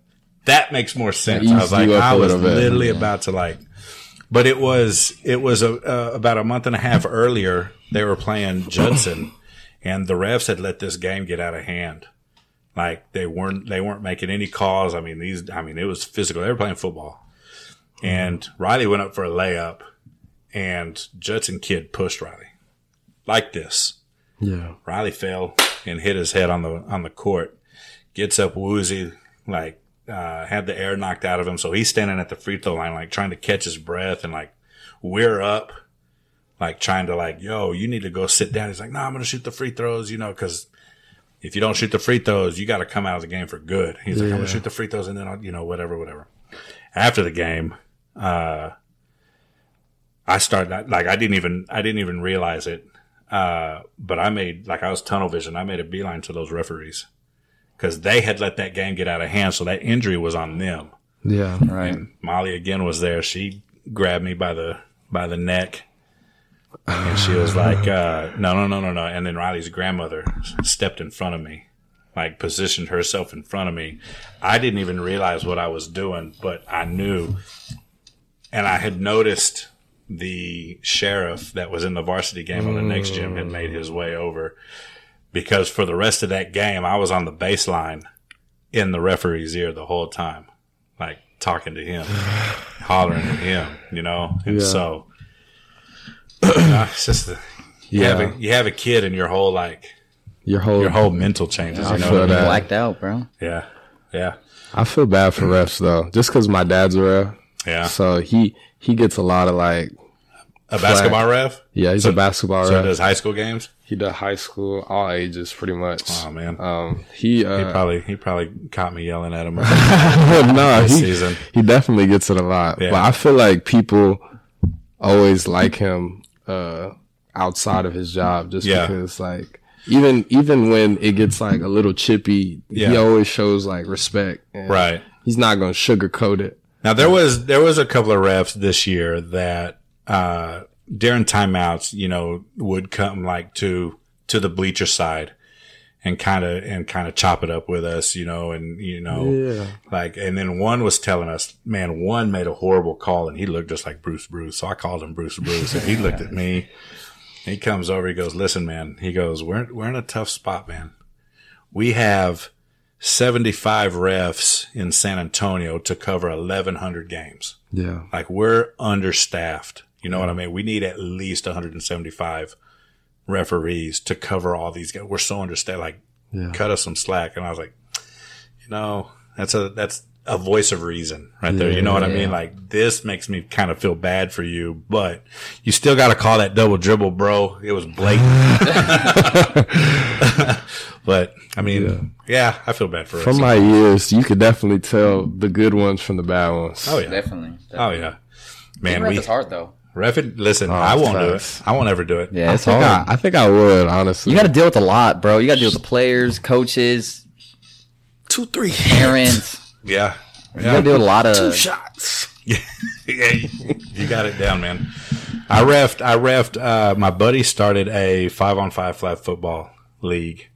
B: that makes more sense.
C: That
B: I was
C: eased
B: like,
C: you up
B: I
C: a
B: was
C: little bit,
B: literally about to like, but it was, it was a, uh, about a month and a half earlier, they were playing Judson and the refs had let this game get out of hand. Like they weren't, they weren't making any calls. I mean, these, I mean, it was physical. They were playing football and Riley went up for a layup, and Judson Kid pushed Riley like this.
C: yeah.
B: Riley fell and hit his head on the on the court. Gets up woozy, like uh, had the air knocked out of him, so he's standing at the free throw line, like trying to catch his breath, and like we're up, like trying to like, yo, you need to go sit down. He's like, no, I'm gonna shoot the free throws, you know, because. If you don't shoot the free throws, you got to come out of the game for good. He's like, I'm
C: Yeah.
B: gonna shoot the free throws, and then I'll, you know, whatever, whatever. After the game, uh, I started like I didn't even I didn't even realize it, uh, but I made like I was tunnel vision. I made a beeline to those referees because they had let that game get out of hand, so that injury was on them.
C: Yeah.
A: Right.
B: Molly again was there. She grabbed me by the by the neck, and she was like, uh, "No, no, no, no, no!" And then Riley's grandmother stepped in front of me, like positioned herself in front of me. I didn't even realize what I was doing, but I knew, and I had noticed the sheriff that was in the varsity game on the next gym had made his way over because for the rest of that game I was on the baseline in the referee's ear the whole time like talking to him, hollering at him, you know. And
C: Yeah.
B: so uh, it's just the, you
C: Yeah.
B: have a you have a kid, and your whole like
C: Your whole,
B: your whole mental changes.
C: I
B: you know,
C: feel
B: what I mean?
C: that.
A: Blacked out, bro.
B: yeah, yeah,
C: I feel bad for refs though, just because my dad's a ref,
B: yeah.
C: so he he gets a lot of like,
B: a basketball ref.
C: yeah, he's a basketball
B: So
C: ref.
B: does high school games.
C: He did high school, all ages, pretty much.
B: Oh man,
C: Um, he
B: he
C: uh,
B: probably he probably caught me yelling at him.
C: no,
B: this
C: he,
B: season.
C: he definitely gets it a lot.
B: Yeah.
C: But I feel like people always like him uh, outside of his job, just
B: Yeah.
C: because like even even when it gets like a little chippy,
B: Yeah.
C: he always shows like respect. and
B: right.
C: He's not gonna sugarcoat it.
B: Now there was there was a couple of refs this year that uh during timeouts, you know, would come like to to the bleacher side and kind of and kind of chop it up with us, you know, and you know,
C: Yeah.
B: like and then one was telling us, man, one made a horrible call and he looked just like Bruce Bruce. So I called him Bruce Bruce and he looked at me. He comes over, he goes, "Listen, man." He goes, "We're we're in a tough spot, man. We have 75 refs in San Antonio to cover 1100 games.
C: Yeah.
B: Like we're understaffed. You know what I mean? We need at least 175 referees to cover all these guys. We're so understaffed. Like
C: Yeah.
B: cut us some slack. And I was like, you know, that's a, that's a voice of reason right there. You know what I mean? Like this makes me kind of feel bad for you, but you still got to call that double dribble, bro. It was blatant. but I mean, yeah. I feel bad for us.
C: From my years, you could definitely tell the good ones from the bad ones.
B: oh yeah.
A: Definitely.
B: Oh yeah. Man, we
A: it's hard though.
B: ref it. Listen, I won't do
C: facts.
B: it. I won't ever do it.
A: Oh, Yeah, it's
C: I,
A: hard.
C: think I, I think I would honestly.
A: You got to deal with a lot, bro. You got to deal with the players, coaches,
B: Two, three.
A: parents.
B: Yeah.
A: You got to deal with a lot of
C: shots.
B: yeah, you, you got it down, man. I refed. I refed. Uh, my buddy started a five on five flat football league,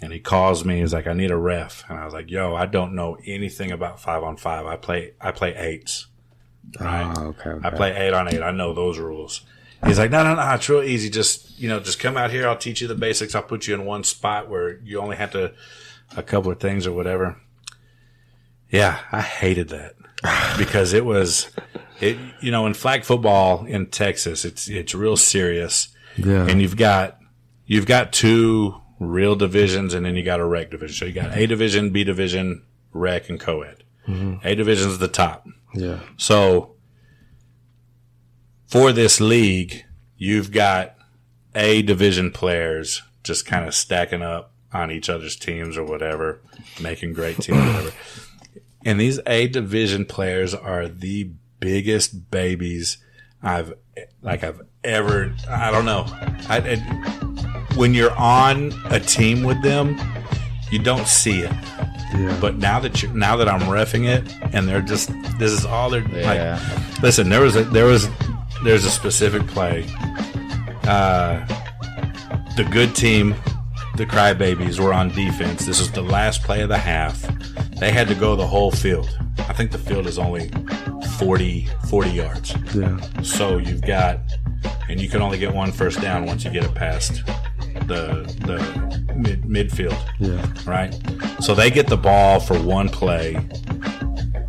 B: and he calls me. He's like, "I need a ref," and I was like, "Yo, I don't know anything about five on five. I play. I play eights. Right.
C: Oh, okay.
B: I play eight on eight. I know those rules." He's like, "No, no, no. It's real easy. Just you know, just come out here. I'll teach you the basics. I'll put you in one spot where you only have to a couple of things or whatever." Yeah, I hated that because it was it you know in flag football in Texas it's it's real serious
C: Yeah.
B: and you've got you've got two real divisions and then you got a rec division so you got A division B division rec and co-ed A division's the top
C: yeah.
B: so for this league, you've got A division players just kind of stacking up on each other's teams or whatever, making great teams or whatever. And these A division players are the biggest babies I've like I've ever. I don't know. I, I- when you're on a team with them, you don't see it. But now that you now that I'm refing it, and they're just this is all they're
A: Yeah.
B: like. Listen, there was a there was there's a specific play. Uh, the good team, the crybabies, were on defense. This was the last play of the half. They had to go the whole field. I think the field is only 40, 40 yards.
C: Yeah.
B: So you've got, and you can only get one first down once you get it past the the mid, midfield,
C: Yeah.
B: right? So they get the ball for one play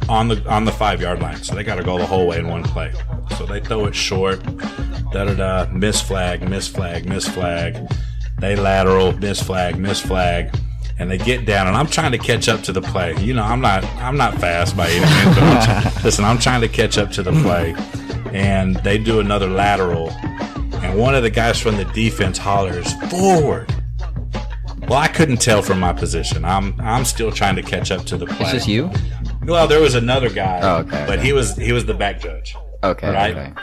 B: on the on the five yard line. So they got to go the whole way in one play. So they throw it short, da da da, miss flag, miss flag, miss flag. They lateral, miss flag, miss flag. And they get down, and I'm trying to catch up to the play. You know, I'm not, I'm not fast by any means. But I'm try- listen, I'm trying to catch up to the play, and they do another lateral, and one of the guys from the defense hollers forward. Well, I couldn't tell from my position. I'm, I'm still trying to catch up to the play.
A: It's just you.
B: Well, there was another guy,
A: Oh, okay,
B: but
A: okay. Oh.
B: he was he was the back judge,
A: Okay.
B: Right.
A: Okay.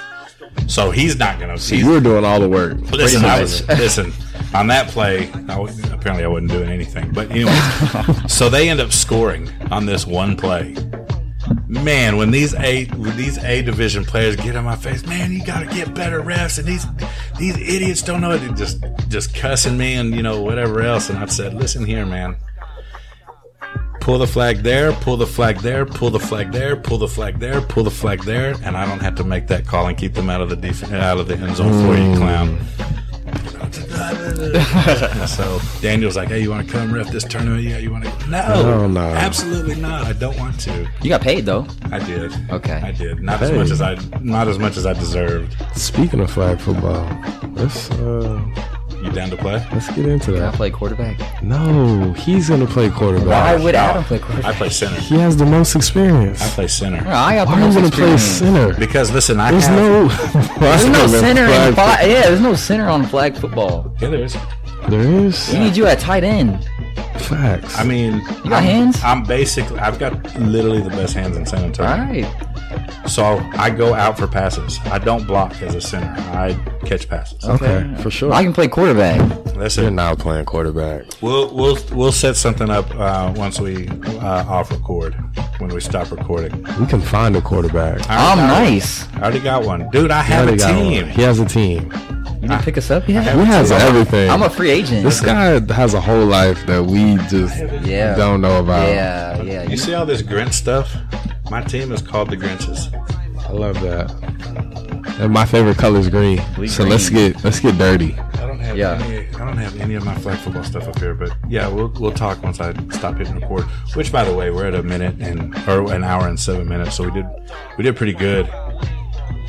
B: so he's not gonna. He's,
C: We're doing all the work.
B: listen, I
A: much.
B: was, listen, on that play, I was, apparently I wasn't doing anything. But anyway, so they end up scoring on this one play. Man, when these a when these A division players get in my face, man, you gotta get better refs, and these these idiots don't know it. They Just just cussing me and you know whatever else. And I said, listen here, man. Pull the flag there, pull the flag there, pull the flag there, pull the flag there, pull the flag there, and I don't have to make that call and keep them out of the def- out of the end zone for you, clown. so Daniel's like, "Hey, you want to come ref this tournament? Yeah, you want to? No,
C: No, no.
B: absolutely not. I don't want to.
A: You got paid though.
B: I did.
A: Okay.
B: I did. Not as much as I not as much as I deserved.
C: Speaking of flag football, let's uh
B: You down to play?
C: let's get into
A: Can I
C: that.
A: play quarterback?
C: No, he's gonna play
A: Why
C: quarterback.
A: would Adam play quarterback?
B: I play center.
C: He has the most experience.
B: I play center
A: I got the
C: Why are you
A: most
C: gonna play
A: experience.
C: center?
B: because listen, I
C: There's
B: have,
C: no
A: There's no center in
C: flag
A: flag. Yeah, there's no center on flag football.
B: Yeah, there is.
C: fo- There is
A: We need you at tight end.
C: facts.
B: I mean,
A: You got hands.
B: I'm basically I've got literally the best hands in San
A: All
B: Antonio.
A: right.
B: So I go out for passes. I don't block as a center. I catch passes.
C: okay, for sure.
A: I can play quarterback.
B: Listen,
C: Oh, You're not playing quarterback.
B: We'll we'll we'll set something up uh, once we uh, off record when we stop recording.
C: We can find a quarterback.
B: I
A: I'm
B: already got-
A: nice.
B: I already got one, dude. I have
C: Already
B: a
C: got one.
B: team.
C: He has a team.
A: You didn't pick us up yet?
C: He has everything.
A: I'm a free agent.
C: this guy has a whole life that we just
A: Yeah.
C: don't know about.
A: Yeah, yeah.
B: You
A: You,
B: see all this Grinch stuff? My team is called the Grinches.
C: I love that. And my favorite color is green.
A: Bleak
C: so let's
A: green.
C: get let's get dirty.
B: I don't have
A: Yeah.
B: any. I don't have any of my flag football stuff up here, but yeah, we'll we'll talk once I stop hitting record. Which, by the way, we're at a minute and or an hour and seven minutes, so we did we did pretty good.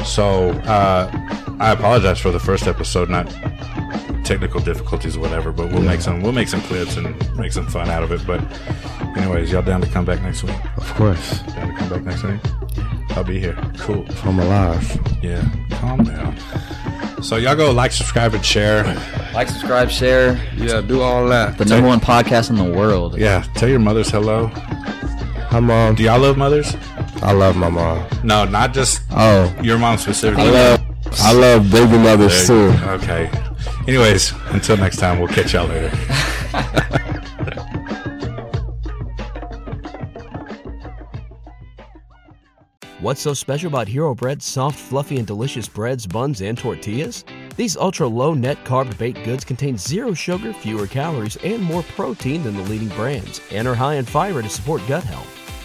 B: So uh, I apologize for the first episode, not technical difficulties or whatever, but we'll make some we'll make some clips and make some fun out of it. But anyways, y'all down to come back next week?
C: Of course.
B: Down to come back next week? I'll be here. Cool.
C: I'm alive.
B: Yeah. Calm down. So y'all go like, subscribe, and share.
A: like, subscribe, share.
C: Yeah, do all that.
A: The number one podcast in the world.
B: Yeah, tell your mothers hello.
C: Hi mom.
B: Do y'all love mothers?
C: I love my mom.
B: No, not just
C: Oh.
B: your mom specifically.
C: I love I love baby mothers too.
B: Okay. Anyways, until next time, we'll catch y'all later.
E: What's so special about Hero Bread's soft, fluffy, and delicious breads, buns, and tortillas? These ultra low net carb baked goods contain zero sugar, fewer calories, and more protein than the leading brands, and are high in fiber to support gut health.